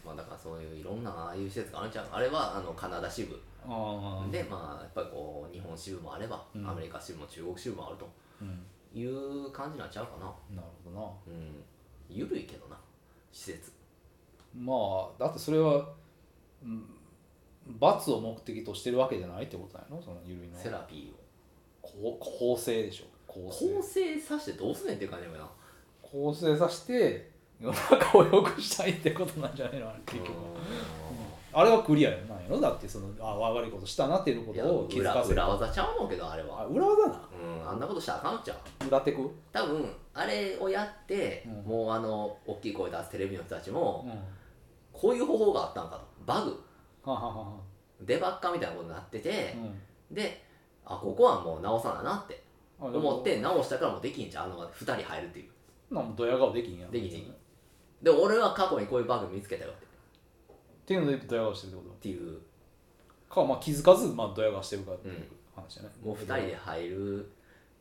S1: まあだからそういういろんなああいう施設があるんちゃうあれはあのカナダ支部
S2: ああ
S1: でまあやっぱりこう日本支部もあれば、
S2: うん
S1: アメリカ支部も中国支部もあると
S2: うん
S1: いう感じになっちゃうかな
S2: なるほどな
S1: うん緩いけどな施設
S2: まあだってそれは、うん、罰を目的としてるわけじゃないってことなのそのゆるいの
S1: セラピ
S2: こう構成でしょ
S1: ー
S2: 構
S1: を
S2: 成
S1: 構成させてどうすんねんっていう感じやもんな
S2: 構成させ <laughs> て世の中を良くしたいってことなんじゃないのあれ結局あれはクリアやんなんやろだってそのあ悪いことしたなっていう
S1: う
S2: こ
S1: んい
S2: と
S1: や
S2: を気づ
S1: 裏
S2: かせる
S1: 裏技ちゃうのけどあれ
S2: あ
S1: は
S2: 裏技な
S1: うんあんなことしたらあかんのちゃう
S2: 裏テクうん
S1: 多分あれをやって、
S2: うん
S1: もうあの大きい声出すテレビの人たちも、こういう方法があったんかとバグ
S2: はははは
S1: デバッカーみたいなことになってて
S2: う、ん
S1: であここはもう直さななって
S2: あでも
S1: 思って直したからもうできんじゃんあの2人入るっていう
S2: なんもドヤ顔できんやん
S1: できんで
S2: っ
S1: きんで俺は過去にこういうバグ見つけたよってって
S2: いうのでドヤ顔してるってこ
S1: ていう
S2: とかまあ気づかずまあドヤ顔してるからっていう話やね
S1: もう2人で入る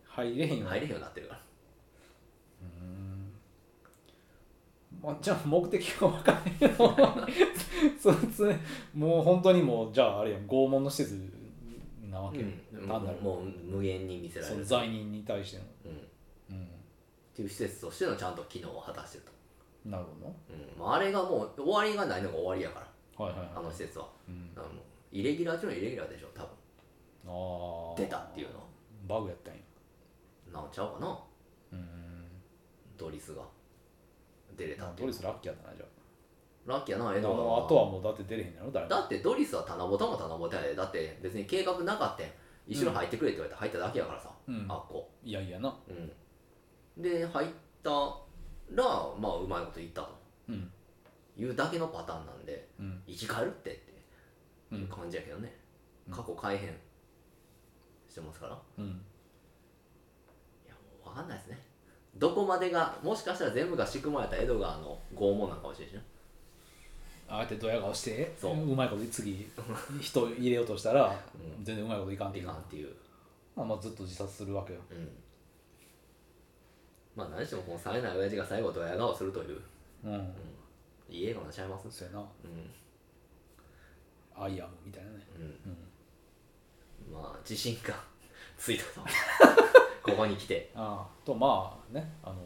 S2: 入れへんよね
S1: 入れへんようになってるから
S2: まあ、じゃあ目的が分からへんけど <laughs> そうですねもう本当にもうじゃああれやん拷問の施設なわけよ、
S1: うん
S2: 単なる
S1: もう無限に見せら
S2: そ
S1: れ
S2: の
S1: る、
S2: 罪人に対しての、
S1: うん、っ
S2: う
S1: ていう施設としてのちゃんと機能を果たしてると、
S2: ん、なるほ
S1: うんまあ、あれがもう終わりがないのが終わりやから
S2: どはいはい
S1: あ
S2: はい
S1: の施設は
S2: うん
S1: あのイレギュラー中のイレギュラーでしょ多分
S2: あー
S1: 出たっていうの
S2: バグやったんや
S1: なんちゃうかな
S2: うん
S1: ドリスが出れたってい
S2: ド
S1: う
S2: リスラッキーやったなじゃ
S1: ラッキーやなエ
S2: あ
S1: ドガー
S2: もう
S1: は
S2: あとはもうだって出れへんやろ誰も
S1: だってドリスは七夕も七夕やでだって別に計画なかったん一緒に入ってくれって言われて入っただけやからさ、
S2: うん
S1: あっこ
S2: いやいやな
S1: うんで入ったらまあうまいこと言ったと
S2: うん
S1: いうだけのパターンなんで
S2: うん
S1: 生き返るってって
S2: う
S1: いうん感じやけどね、
S2: うん
S1: 過去改変してますからい
S2: うん
S1: やもう分かんないですねどこまでがもしかしたら全部が宿毛やったエドガーの拷問なんかもしれんしな
S2: ああやってドヤ顔して
S1: そう
S2: まいこと
S1: <laughs>
S2: 次人入れようとしたら、
S1: うん
S2: 全然うまいこといかんって
S1: い
S2: いう
S1: かん
S2: ま
S1: っていう
S2: あまあずっと自殺するわけよ
S1: うんまあ何してもこの冴えない親父が最後ドヤ顔するという
S2: うん
S1: いい映画になっちゃいます
S2: そうやな
S1: うん
S2: アイアムみたいなね
S1: うんまあ自信が <laughs> ついたと
S2: <laughs>
S1: ここに来て
S2: ああとまあねあの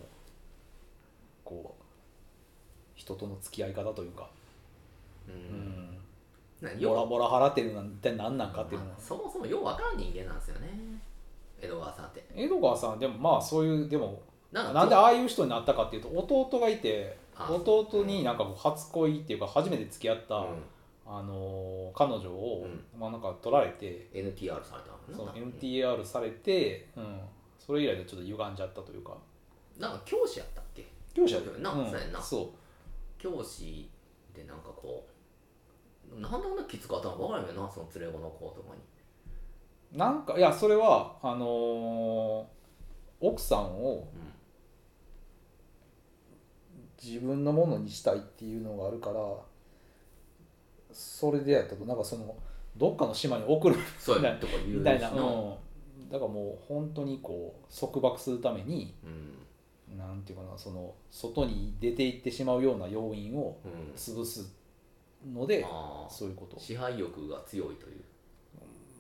S2: こう人との付き合い方というか、
S1: う
S2: うんん、
S1: な
S2: ボラ
S1: よ
S2: ボラ払ってるのは一体何なんかっていうの
S1: ま
S2: は
S1: あそもそもようわからん人間なんですよね江戸川さんって
S2: 江戸川さんでもまあそういうでも
S1: なんか
S2: なんでああいう人になったかっていうと弟がいて
S1: あ
S2: 弟になんかこう初恋っていうか初めて付き合った、
S1: うん
S2: あのー彼女を、
S1: う
S2: まあなんか取られて
S1: NTR されたの
S2: その
S1: なんか
S2: NTR されて、うん、それ以来でちょっと歪んじゃったというか
S1: なんか教師やったっけ
S2: 両者
S1: そうやなそうやな
S2: そう
S1: 教師でなんかこうなんであんなきつかったのか分からんよなその連れ子の子とかに
S2: なんかいやそれはあのー奥さんを
S1: うん
S2: 自分のものにしたいっていうのがあるからそれでやったとなんかそのどっかの島に送る
S1: そうやとか言う
S2: みたいな、う、
S1: しなん
S2: だからもう本当にこう束縛するために
S1: うん
S2: なんていうかなその外に出ていってしまうような要因を
S1: うん
S2: 潰すので
S1: あー
S2: そういうこと、
S1: 支配欲が強いという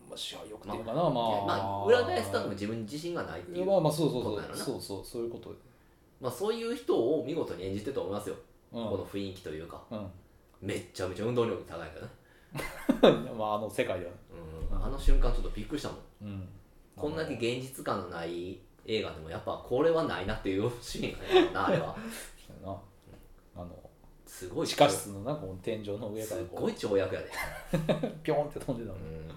S2: まあ、支配欲っていうかなまあ、
S1: まあ裏返すと自分に自信がないっていう
S2: まあまあそうそう
S1: こと
S2: そう
S1: なのな
S2: そうそうそういうこと、
S1: まあ、そういう人を見事に演じてると思いますよ、
S2: うん、
S1: この雰囲気というか
S2: うん
S1: めっちゃめちゃ運動量高いからね
S2: <laughs> まああの世界では、
S1: うん、あの瞬間ちょっとびっくりしたもん
S2: うん、
S1: こんだけ現実感のない映画でもやっぱこれはないなっていうシーンがやろうなあ
S2: <laughs>
S1: れは
S2: そうやなあの
S1: すごい
S2: 地下室のなんかこの天井の上か
S1: す
S2: ら
S1: っ
S2: こ
S1: ごい跳躍やで、
S2: うピョンって飛んでたもん
S1: うん、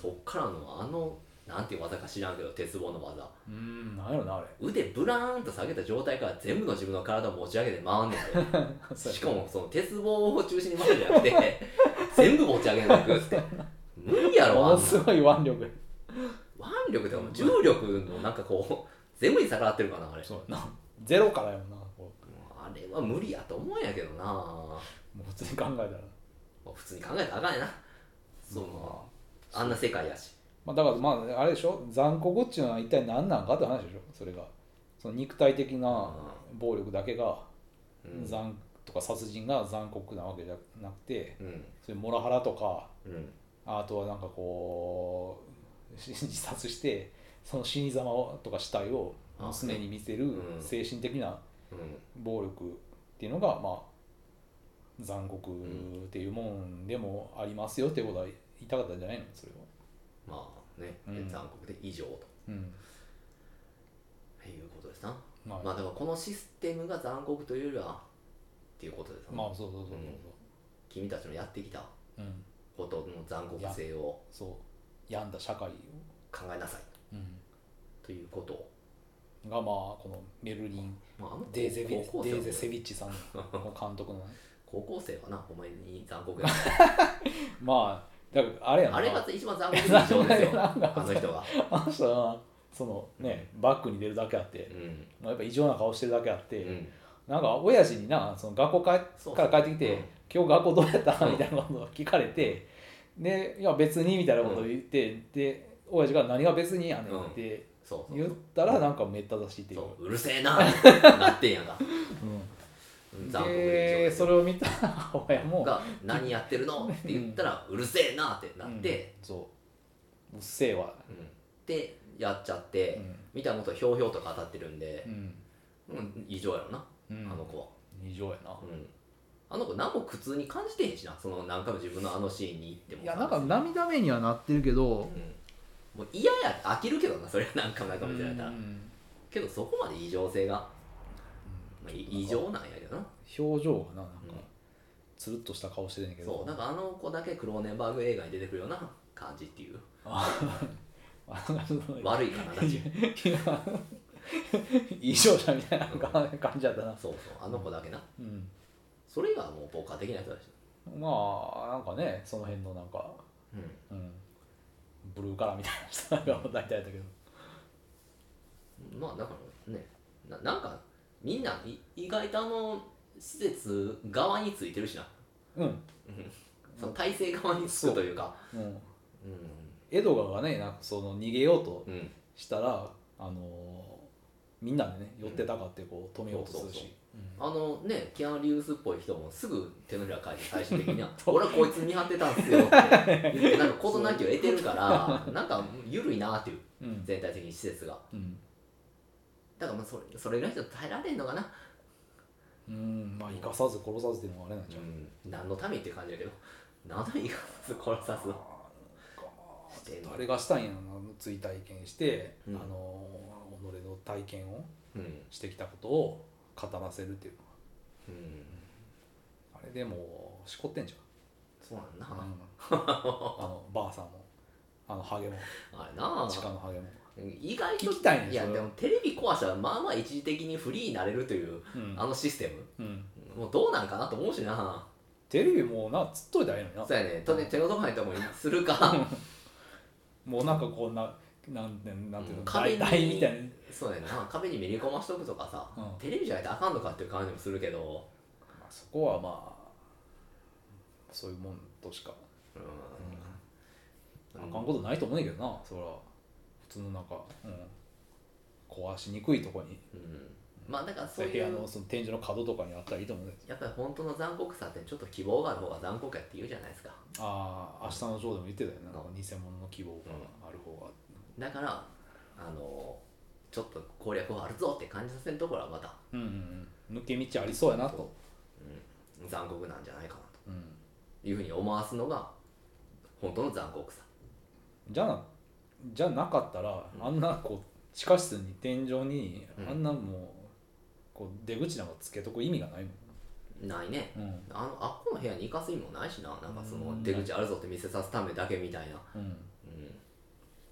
S1: そっからのあのなんていう技か知らんけど鉄棒の技
S2: うんなんやろなあれ
S1: 腕ブラーンと下げた状態から全部の自分の体を持ち上げて
S2: <laughs>
S1: 回んねんでしかもその鉄棒を中心に回るんじゃなくて <laughs> 全部持ち上げなくって無理やろ
S2: も
S1: あん
S2: の
S1: な
S2: すごい腕力
S1: 腕力とかも重力のなんかこう全部に逆らってるかなあれ
S2: そうやなゼロからやもんなこう
S1: あれは無理やと思うんやけどな、ま
S2: もう普通に考えたら
S1: あ、普通に考えたらあかんやなそう
S2: ま
S1: あんな世界やし
S2: まあ、だからまああれでしょ残酷っちゅうのは一体何なんかって話でしょそれがその肉体的な暴力だけが
S1: うん
S2: 残、とか殺人が残酷なわけじゃなくて
S1: うん
S2: そういうモラハラとか
S1: うん
S2: あとはなんかこうし自殺してその死に様をとか死体を娘に見せる
S1: うん
S2: 精神的な
S1: うん
S2: 暴力っていうのがまあ残酷っていうもんでもありますよってことは言いたかったんじゃないのそれは。
S1: まあね、
S2: うん
S1: 残酷で以上と
S2: うん
S1: いうことですな
S2: まあ
S1: まあだからこのシステムが残酷というよりはっていうことですな
S2: まあそうそうそうそう
S1: 君たちのやってきた
S2: そう、うん、
S1: ことの残酷性を
S2: そう病んだ社会を、
S1: 考えなさいということを、
S2: がまあこのメルリン・
S1: まあ、あの高
S2: デーゼビ
S1: 高校
S2: デー
S1: 生
S2: ゼセ
S1: は
S2: ビッチさんの監督のね
S1: 高校生はなお前に残酷
S2: <laughs>
S1: や
S2: まあだからあれやな
S1: あれが一番残酷な
S2: <laughs>
S1: 印象ですよ
S2: なんか
S1: あの人が、
S2: あの人はそのねバックに出るだけあって
S1: う、ん
S2: まあやっぱ異常な顔してるだけあって、
S1: うん、
S2: なんか親父になその学校か
S1: そうそう
S2: から帰ってきて、
S1: うん
S2: 今日学校どうやったみたいなことを聞かれて、でいや別にみたいなことを言って、で親父が何が別にやねんって
S1: そうそう
S2: 言ったらなんかめったらしいっていう。
S1: そううるせえななってん
S2: <laughs>
S1: やんか
S2: うん
S1: うん残酷な印象
S2: でそれを見た母親も
S1: が「何やってるの?」って言ったら「うるせえな」ってなって、
S2: うんそううっせえわ
S1: うんでやっちゃって、
S2: うん
S1: みたいなことをひょうひょうと語ってるんで
S2: う、ん、
S1: うん、異常やろな、
S2: うん
S1: あの子は、
S2: 異常やな、
S1: うん、あの子何も苦痛に感じてへんしなその何回も自分のあのシーンに行っても
S2: いやなんか涙目にはなってるけど
S1: うんもう嫌や飽きるけどなそれは何回も何回も言ってられたら、
S2: うん
S1: けどそこまで異常性が、まあ、い異常なんやけどな
S2: 表情がななんか、
S1: うん
S2: つるっとした顔してるんやけど
S1: そうなんかあの子だけクローネンバーグ映画に出てくるような感じっていう
S2: <laughs> あの
S1: 悪いかな立ち
S2: <laughs> 異常者みたいななんか感じやったな、
S1: そうそうあの子だけな
S2: うん、
S1: それがもう僕はできない人だし
S2: まあなんかねその辺のなんか、
S1: うん
S2: うん、ブルーカラーみたいな人が大体やったけど
S1: まあだからねななんかみんない意外とあの施設側についてるしな
S2: うん、
S1: その体制側につくというか
S2: うん、
S1: うん
S2: エドガーがねなんかその逃げようと
S1: うん
S2: したら、あのーみんなでね寄ってたかってこう止めようとする
S1: そうそう
S2: し
S1: あのねキアヌ・リーブスっぽい人もすぐ手のひら返して最終的には「俺はこいつ見張ってたんすよ」って言ってなんか事なきを得てるからなんか緩いなっていう
S2: うん
S1: 全体的に施設が
S2: うん、
S1: だからまあそれそれぐらいじゃ耐えられんのかな、
S2: うん、まあ生かさず殺さずっていうのはあれなんじゃない
S1: うん、何のためにって感じだけど何のために殺さすのしてんの
S2: 誰がしたんやろな追体験して、
S1: うん
S2: あのー己の体験を
S1: うん
S2: してきたことを語らせるっていう
S1: うん
S2: あれでもうしこってんじ
S1: そうなんだ
S2: ゃん、
S1: な、
S2: うんあのばあさんもあのハゲも
S1: あれな
S2: 地下のハゲも、
S1: 意外と
S2: 聞きたいね
S1: いや
S2: それ
S1: でもテレビ壊したらまあまあ一時的にフリーになれるという
S2: うん
S1: あのシステ
S2: うん、
S1: ムもうどうなんかなと思うしな
S2: テレビもうなつっといたらええのにな
S1: そうやねとね手の届かないとこにするか
S2: もうなんかこんななんてなんていうの、
S1: うん
S2: 大
S1: 壁に
S2: 体みたいな
S1: そうやな壁にめり込ましとくとかさ、
S2: うん
S1: テレビじゃないとあかんのかっていう感じもするけど、
S2: まあ、そこはまあそういうもんとしか、
S1: うん
S2: あかんことないと思うねんけどなそら普通のなんか、うん、壊しにくいとこに
S1: うんまあだからそう
S2: 部
S1: いう
S2: 屋のその天井の角とかにあったらいいと思うねん
S1: やっぱり本当の残酷さってちょっと希望がある方が残酷やって言うじゃないですか
S2: ああ明日のジョーでも言ってたよねなんか偽物の希望がある方が、
S1: だからあのちょっと攻略はあるぞって感じさせるところはまた、
S2: うんうんうん、抜け道ありそうやなと、
S1: うん、残酷なんじゃないかな
S2: うん、
S1: というふうに思わすのが本当の残酷さ
S2: じゃなじゃなかったら、あんなこう地下室に天井に、
S1: うん
S2: あんなもうこう出口なんかつけとく意味がないも
S1: ないね
S2: んうん
S1: あのあっこの部屋に行かす意味もないしななんかその出口あるぞって見せさすためだけみたいな、
S2: うん
S1: うん、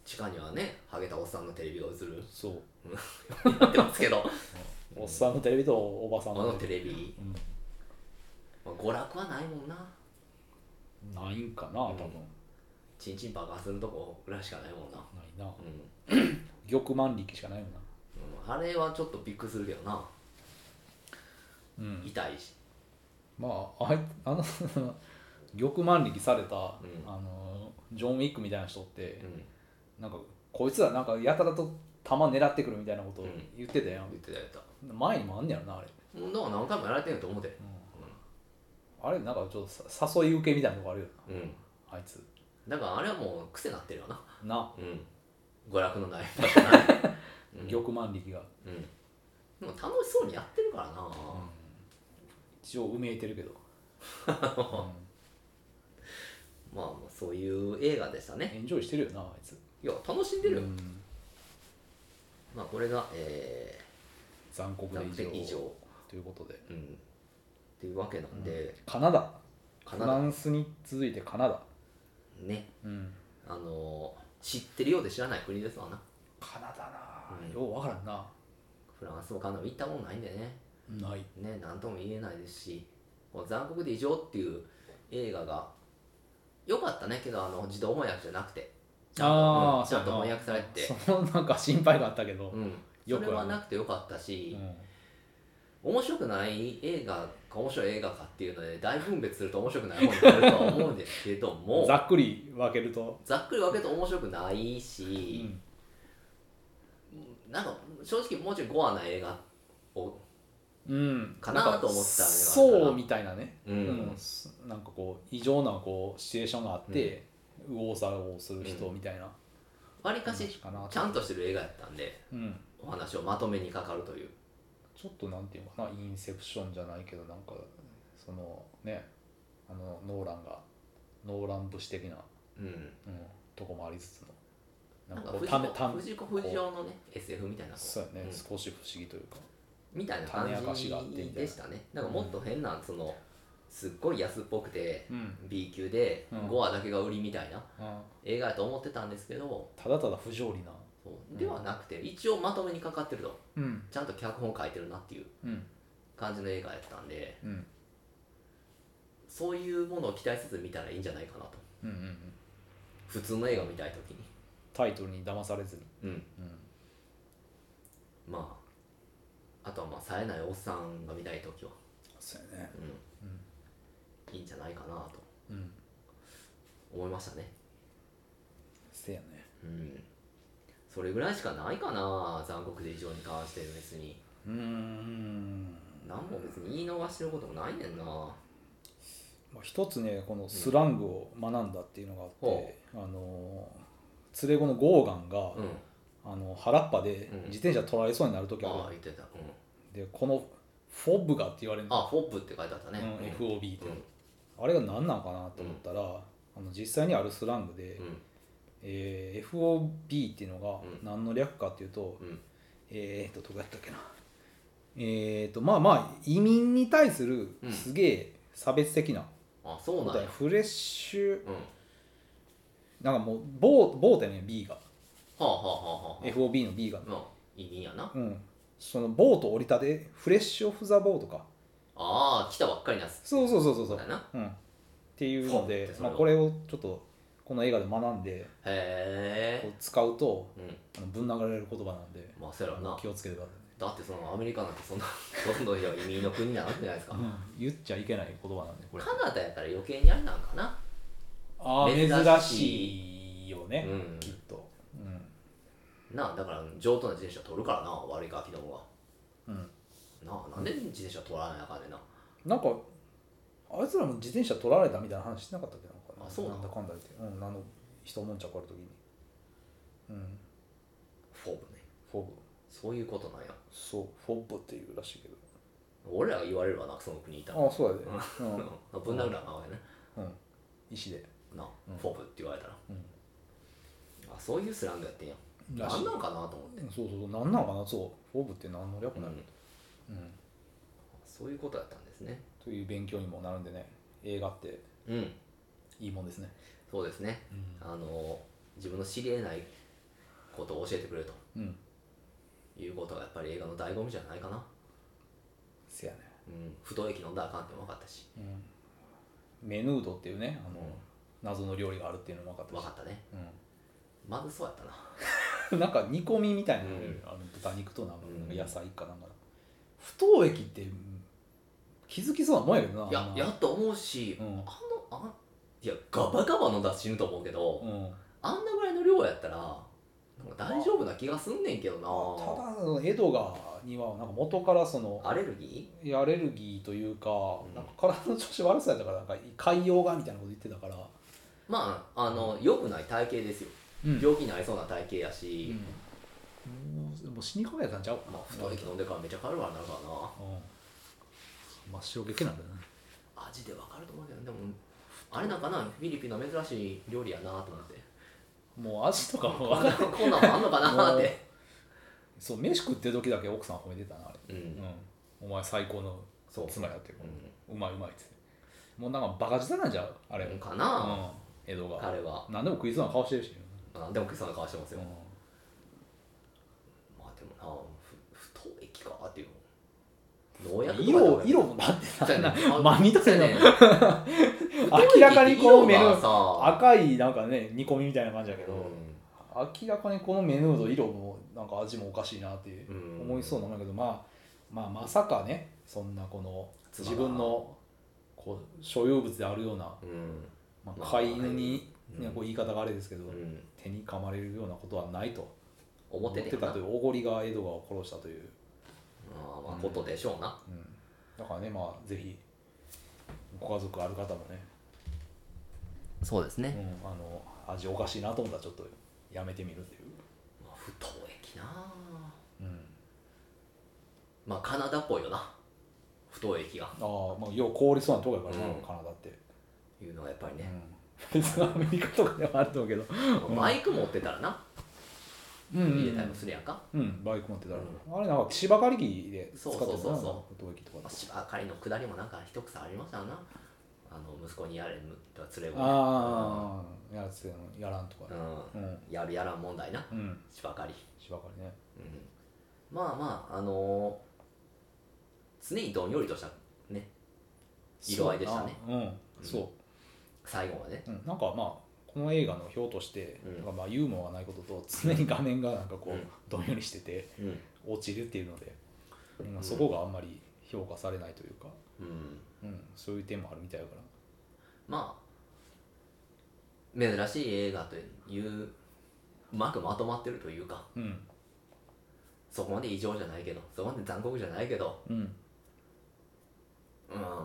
S1: 地下にはねハゲたおっさんのテレビが映る
S2: そう
S1: やってますけど <laughs>
S2: おっさんのテレビとおばさ
S1: あ
S2: んの
S1: の
S2: テ
S1: テ
S2: レ
S1: レビ、まあ、娯楽はないもんな
S2: ビないんかな多分、
S1: チンチン爆破するとこぐらいしかないもんな、
S2: ないな
S1: うん
S2: 玉万力しかないもんな
S1: うんあれはちょっとびっくりするけどな、
S2: うん
S1: 痛いし
S2: まああい <laughs> あの玉万力された、
S1: ん
S2: あのジョン・ウィックみたいな人って
S1: う、ん
S2: なんかこいつらなんかやたらと弾狙ってくるみたいなこと
S1: うん
S2: 言ってたやん
S1: 言っ、てたやった
S2: 前にもあんねやろなあれ、
S1: もうだから何回もやられてると思うで
S2: あれなんかちょっとさ誘い受けみたいなとこあるよ
S1: うん、
S2: なあいつ
S1: だからあれはもう癖なってるよな
S2: な
S1: うん娯楽のない場所ない、うん
S2: 玉万力が、
S1: <laughs> うん、でも楽しそうにやってるからな、
S2: 一応うめいてる
S1: <laughs>
S2: けど、う
S1: まあまあそういう映画でした
S2: ん
S1: ね
S2: エンジョイしてるよなあいつ
S1: いや楽しんでるよ、
S2: うん
S1: まあこれがえ
S2: 残酷で
S1: 残酷で
S2: 以
S1: 以
S2: 上
S1: 上
S2: ということで
S1: ー、うんっていうわけなんで、
S2: カナダ
S1: カ
S2: フ
S1: ナ
S2: ラ
S1: ダ
S2: ンスに続いてカナダ、
S1: ね
S2: うん、
S1: あのー知ってるようで知らない国ですわな
S2: カナダな、
S1: うん
S2: ようわからんな
S1: フランスもカナダも行ったことないんでね
S2: ない
S1: ね何とも言えないですし「こう残酷で異常」っていう映画が良かったねけどあの自動翻訳じゃなくて
S2: ああ、
S1: うんちゃんと翻訳されてて
S2: そのなんか心配があったけど、
S1: うん
S2: よ
S1: そ
S2: くある
S1: れはなくて良かったし、
S2: う
S1: 面白くない映画か面白い映画かっていうので大分別すると面白く
S2: <laughs>
S1: ない方になるとは思うんですけど
S2: ん
S1: も
S2: ざっくり分けると、
S1: ざっくり分けると面白くないうし、
S2: ん
S1: なんか正直もうちょいゴアな映画を
S2: うん、
S1: かなと思った
S2: んか
S1: ね
S2: そうみたいなね、
S1: うん
S2: うんなんかこう異常なこうシチュエーションがあって、右往左往する人みたいな、
S1: わりかし
S2: かなと
S1: ちゃんとしてる映画やったんで
S2: うん
S1: お話をまとめにかかるという
S2: ちょっとなんていうのかなインセプションじゃないけどなんかそのねあのノーランがノーラン節的な、
S1: うん
S2: うん、とこもありつつの
S1: なんか
S2: こう
S1: 藤
S2: ためた
S1: 子
S2: め
S1: 藤子不二雄のね SF みたいなこう
S2: そうやね、
S1: ん
S2: 少し不思議というか
S1: みたいな
S2: 種明
S1: 感
S2: かし
S1: じ
S2: があってみたいな
S1: でしたねなんかもっと変なそのすっごい安っぽくて
S2: うん、
S1: B 級で
S2: うん
S1: 5話だけが売りみたいな映画やと思ってたんですけど
S2: ただただ不条理な
S1: そうではなくて一応まとめにかかってると
S2: うん
S1: ちゃんと脚本書いてるなっていう
S2: うん
S1: 感じの映画やったんで
S2: うん
S1: そういうものを期待せず見たらいいんじゃないかなと
S2: うんうん
S1: 普通の映画見たい時に
S2: タイトルに騙されずに
S1: うんまああとはまあ冴えないおっさんが見たい時は
S3: そうやね
S1: うんいいんじゃないかなと
S2: うんうん
S1: 思いましたね
S2: せやね
S1: うんそれぐらいしかないかな残酷で異常に関して別に
S2: うーん、
S1: 何も別に言い逃してることもないねんな
S2: まあ、一つねこのスラングを学んだっていうのがあって、あのー連れ子のゴーガンが、
S1: うん
S2: あの原っぱで
S1: うん
S2: 自転車取られそうになる時ある
S1: ああ
S2: やん、
S1: 言ってた、うん、
S2: でこのフォブがって言われるの
S1: あフォップって書いてあったね、
S2: うん FOB って、
S1: うん
S2: あれが何なのかなと思ったら、あの実際にあるスラングで、えー FOB っていうのが
S1: うん
S2: 何の略かっていうと、
S1: うんうん
S2: えー、っとどこやったっけなえー、っとまあまあ移民に対する
S1: うん
S2: すげえ差別的な
S1: あそう
S2: こ
S1: なん
S2: と
S1: や
S2: や、フレッシュ
S1: うんは
S2: なんかもうボーボーやね B が
S1: あはあはあは
S2: FOB の B が、
S1: あまあ移民やな
S2: うん、そのボート降りたてフレッシュオフ・ザ・ボートか
S1: ああ来たばっかりなやつ
S2: そうそうそうそうそう
S1: だよな
S2: うん、っていうの
S1: フォンっ
S2: で
S1: て、それ
S2: まあ、
S1: は
S2: これをちょっとこの映画で学んで
S1: へ
S2: こ
S1: え
S2: う使うと
S1: うん
S2: あのぶん流れる言葉なんで
S1: まあそうやろな
S2: 気をつけてくださ
S1: だってそのアメリカなんてそんなどんどん移民の国なわけじゃないですか
S2: い、ね言っちゃいけない言葉なんでこれ
S1: カナダやったら余計にあれなんかな
S2: あ
S1: ー
S2: 珍しいよね、
S1: うん
S2: きっと
S1: なあだから上等な自転車取るからな悪いガキどもは
S2: うん、うん、
S1: なあなんで自転車取らないあかんねんな
S2: なんかあいつらも自転車取られたみたいな話してなかったっけなんか
S1: あそうな
S2: なんんだかんだ言って、うん、あの人もんちゃくある時にうん
S1: フォーブね
S2: フォブ
S1: そういうことなんや
S2: そうフォブっていうらしいけど
S1: 俺らが言われるわなその国にいたら <laughs>
S2: あそうやで、うん
S1: ぶん殴らなわけね
S2: うん、石で
S1: うな、フォブって言われたら、あそういうスラングやってんや
S2: らし
S1: 何
S2: い
S1: なんかなと思って、
S2: そうそうそうなんなのかなそうフォーブって何の略なの、
S1: うん
S2: うん、
S1: そういうことだったんですね
S2: という勉強にもなるんでね映画って
S1: うん
S2: いいもんですね
S1: そうですね、あの自分の知り得ないことを教えてくれる
S2: うん
S1: ということがやっぱり映画の醍醐味じゃないかな、
S2: せやね、
S1: うん、不動液飲んだらあかんっても分かったし
S2: うん、メヌードっていうねあの、謎の料理があるっていうのも分かった
S1: 分
S2: し
S1: かったね
S2: うん
S1: まずそうやったな
S2: なん <laughs> か煮込みみたいなのがある、豚肉となんか野菜かなんかの不当液ってうん気づきそうなもんやけどない
S1: や
S2: あんな
S1: やっと思うし、
S2: うん
S1: あのあいやガバガバ飲んだら死ぬと思うけど、
S2: うん
S1: あんなぐらいの量やったらなんか大丈夫な気がすんねんけど
S2: た
S1: な
S2: だその江戸川にはなんか元からその
S1: アレルギ
S2: いやアレルギーというか,、
S1: ん
S2: なんか体の調子悪さやったからなんか海洋がみたいなこと言ってたから、
S1: ーまああの良くない体型ですよ
S2: うん
S1: 病気になりそうな体型やし、
S2: もうもう死にかけたんちゃう
S1: まあ太い気飲んでからめちゃカロリーになるからな
S2: うん真っ白けなんだよね
S1: 味でわかると思うけどでもあれなんかなフィリピンの珍しい料理やなと思って
S2: もう味とかも
S1: こん
S2: 分
S1: な
S2: かる
S1: こんなんもあんのかなっ
S2: も
S1: て
S2: そう飯食ってる時だけ奥さん褒めてたなあれ
S1: うん、
S2: うん、お前最高の
S1: そう
S2: 妻やってる、
S1: う
S2: うまいうまいっつってもうなんかバカ舌なんじゃうあれ、
S1: ん、
S2: う
S1: かな、
S2: ん、江戸が
S1: 彼は
S2: 何でも食いそうな顔してるし、
S1: あでも今朝の顔してます
S2: う
S1: よ、
S2: ん、
S1: まあでもなふ不当液かっていう農薬とか
S2: 色
S1: で
S2: 色
S1: も
S2: もだって
S1: そうやねん
S2: 真緑の
S1: ねん
S2: 明らかにこう目
S1: 色
S2: の
S1: がさ
S2: 赤いなんかね煮込みみたいな感じだけど、
S1: う
S2: 明らかにこのメヌード色もなんか味もおかしいなって
S1: うん
S2: 思いそうなんだけど、まあ、まあまさかねそんなこの
S1: 妻が
S2: 自分のこう所有物であるような、
S1: んうん
S2: ま
S1: ま
S2: あ、
S1: あ
S2: 飼い犬に、
S1: うん
S2: ねこう言い方があれですけど、
S1: うん
S2: 手に噛まれるようなことはないと
S1: 思ってて
S2: た
S1: かな
S2: というおごりがエドガーを殺したという、
S1: あーまあことでしょうな、
S2: うんだからねまあぜひご家族ある方もね、
S1: そうです
S2: う
S1: ね、
S2: ん、あの味おかしいなと思ったらちょっとやめてみるっていう、
S1: まあ、不当液な
S2: うん、
S1: まあカナダっぽいよな不当液が
S2: ああまあ要は凍りそうなとこやからね、
S1: うん
S2: カナダって、
S1: いうのがやっぱり
S2: う
S1: ね、
S2: ん、別にアメリカとかではあると思うけどん
S1: バイク持ってたらな
S2: うんうん
S1: 入れたりもするやんか、
S2: うん、バイク持ってたら、あれなんか芝刈り機で使ってたな
S1: そうそうそうそう
S2: なんか陶器とか
S1: まあ、芝刈りの下りもなんか一草ありましたよなあの息子にやれむとは連れ子ね
S2: ああやらせのやらんとか
S1: う
S2: ね
S1: ん、
S2: うん
S1: やるやらん問題な
S2: うん
S1: 芝刈り、
S2: 芝刈りね
S1: うん、まあまああのー常にどんよりとしたね色合いでしたね
S2: そうなうんそう、
S1: 最後まで
S2: うん、なんかまあこの映画の表として、
S1: うん
S2: なんかまあユーモアがないことと常に画面がなんかこう、
S1: うん
S2: どんよりしてて
S1: うん、
S2: 落ちるっていうので、うんそこがあんまり評価されないというか、
S1: うん、
S2: うん、そういう点もあるみたいだから
S1: まあ珍しい映画といううまくまとまってるというか
S2: うん
S1: そこまで異常じゃないけどそこまで残酷じゃないけど
S2: うん
S1: うん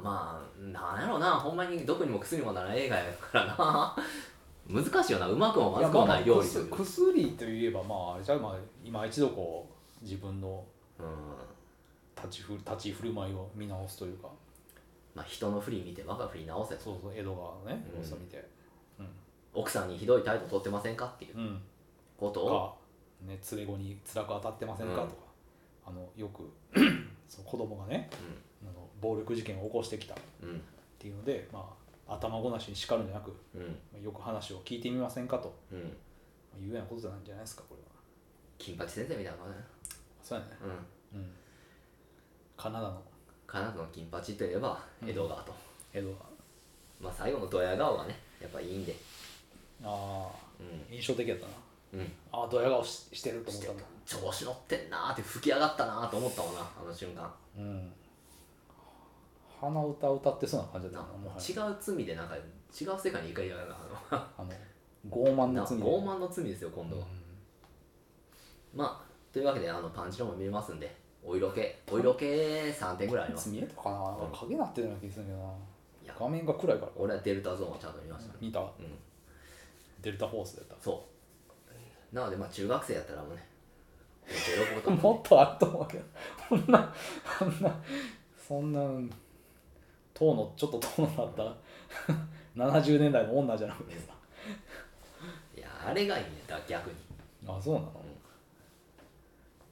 S1: まあなんやろうなほんまに毒にも薬にもならない映画やからな <laughs> 難しいよなうまくもまずくもない料理と
S2: 薬
S1: いう
S2: 薬といえばまああれじゃうまあ今一度こう自分の
S1: うん
S2: 立ちふる立ち振る舞いを見直すというか
S1: まあ人の振り見て我が振り直せ
S2: そうそう江戸川のね
S1: うん
S2: 様子を見て
S1: 奥さんにひどい態度取ってませんかっていう
S2: うん、
S1: ことを
S2: が、ね、連れ子に辛く当たってませんかと
S1: うん、
S2: かあのよ
S1: <clears throat>
S2: くその子供がねあの暴力事件を起こしてきたっ
S1: うんうん
S2: ていうので、まあ、頭ごなしに叱るんじゃなく
S1: うん
S2: まあよく話を聞いてみませんかと
S1: うん
S2: いうようなことなんじゃないですかこれは
S1: 金八先生みたいなもんね
S2: そうやね
S1: うん
S2: うんカナダの
S1: カナダの金八といえば江戸川と、
S2: 江戸川
S1: まあ最後のドヤ顔がねやっぱいいんで
S2: ああ
S1: う
S2: 印象的やったな
S1: うんうん
S2: ああドヤ顔ししてると思ったもん
S1: 調子乗ってんなーって吹き上がったなーと思ったもんなあの瞬間
S2: うん鼻歌歌ってそうな感じだ
S1: な
S2: ったなもはや
S1: 違う罪でなんか違う世界に行かれるようなあの
S2: あの傲慢
S1: な
S2: な罪だよ
S1: 傲慢の罪ですよ今度は、まあというわけであのパンチロも見れますんでお色気お色気3点ぐらいあります
S2: 罪やったかななんか影なってるような気がするけどない
S1: や
S2: 画面が暗いから
S1: 俺はデルタゾーンをちゃんと見ましたね
S2: 見た
S1: うん、
S2: デルタフォースやった
S1: そうなのでまあ中学生やったらもうねめっちゃ喜ぶと思う
S2: もっとあると思うけどそんなそんなそんな遠のちょっと遠のだったら70年代の女じゃなくてさ
S1: いやあれがいいねだから逆に
S2: あそうなの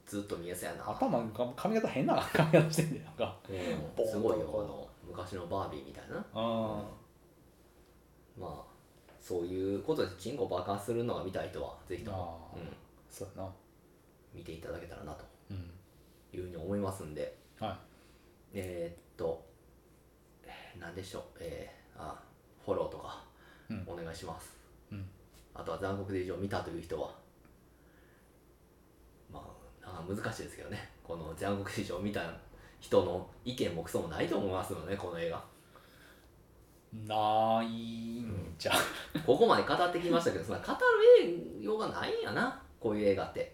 S1: ずっと見えそうやな
S2: 頭が髪型変な髪型してんだよなんか
S1: う
S2: ボーン
S1: ん、
S2: と
S1: すごいよあの昔のバービーみたいな
S2: あ
S1: まあそういうことでチンコ爆発するのが見たい人はぜひとも、
S2: ああ
S1: うん、
S2: そうやな
S1: 見ていただけたらなと
S2: うん
S1: いうふうに思いますんで
S2: はい
S1: えーっと何でしょうえー、あフォローとか
S2: うん
S1: お願いします、
S2: うん
S1: あとは残酷で以上見たという人はまあなあ難しいですけどねこの残酷で以上見た人の意見もクソもないと思いますのでねこの映画
S2: ないんじゃ
S1: ここまで語ってきま
S2: <laughs>
S1: したけどそんな語る栄養がないんやなこういう映画って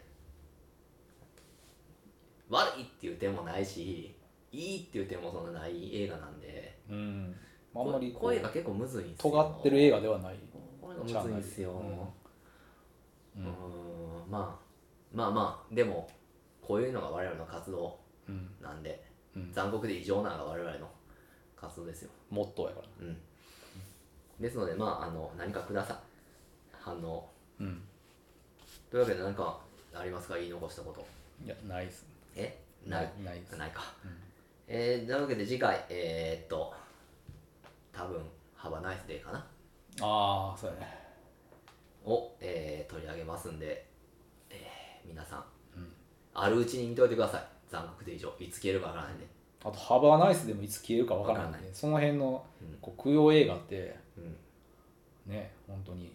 S1: 悪いっていう点もないしいいっていう点もそんなない映画なんで
S2: うんあんまり
S1: こ
S2: こう
S1: 声が結構むずいんすよ
S2: 尖ってる映画ではない
S1: 声がむずいんすよ、
S2: う
S1: うんんんまあまあまあでもこういうのが我々の活動
S2: うん
S1: なんで
S2: うん
S1: 残酷で異常なのが我々の活動ですよ
S2: モットーやから
S1: うんですのでまああの何かください反応
S2: うん
S1: というわけで何かありますか言い残したこと
S2: いやないっす
S1: えない
S2: ないっす
S1: ないか、
S2: うん
S1: えー、なわけで次回えー、っと多分「ハバナイスデー」かな
S2: ああそうやね
S1: を、えー取り上げますんで、えー皆さん、
S2: うん
S1: あるうちに見といてください残酷で以上いつ消えるかわからないんで、
S2: あと「ハバーナイス」でもいつ消えるかわから
S1: わか
S2: ない
S1: ら
S2: ん
S1: な
S2: でその辺の
S1: うん
S2: こう供養映画って
S1: うん、
S2: ね本当に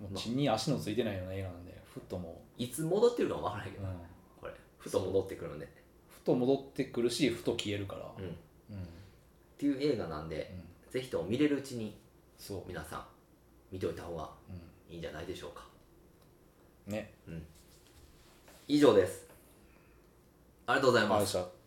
S2: もう地に足のついてないような映画なんでふっとも、
S1: いつ戻ってくるかわからないうけ
S2: う
S1: ど、
S2: ん、
S1: これふと戻ってくるんで、
S2: ふと戻ってくるしふと消えるから
S1: うん、っ
S2: うん、
S1: ていう映画なんで、
S2: うん
S1: ぜひとも見れるうちに
S2: そ
S1: 皆さん見といた方が
S2: う、う
S1: いいんじゃないでしょうか
S2: ん、ね
S1: 以上ですありがとうござい
S2: あ
S1: ま
S2: れ
S1: す
S2: した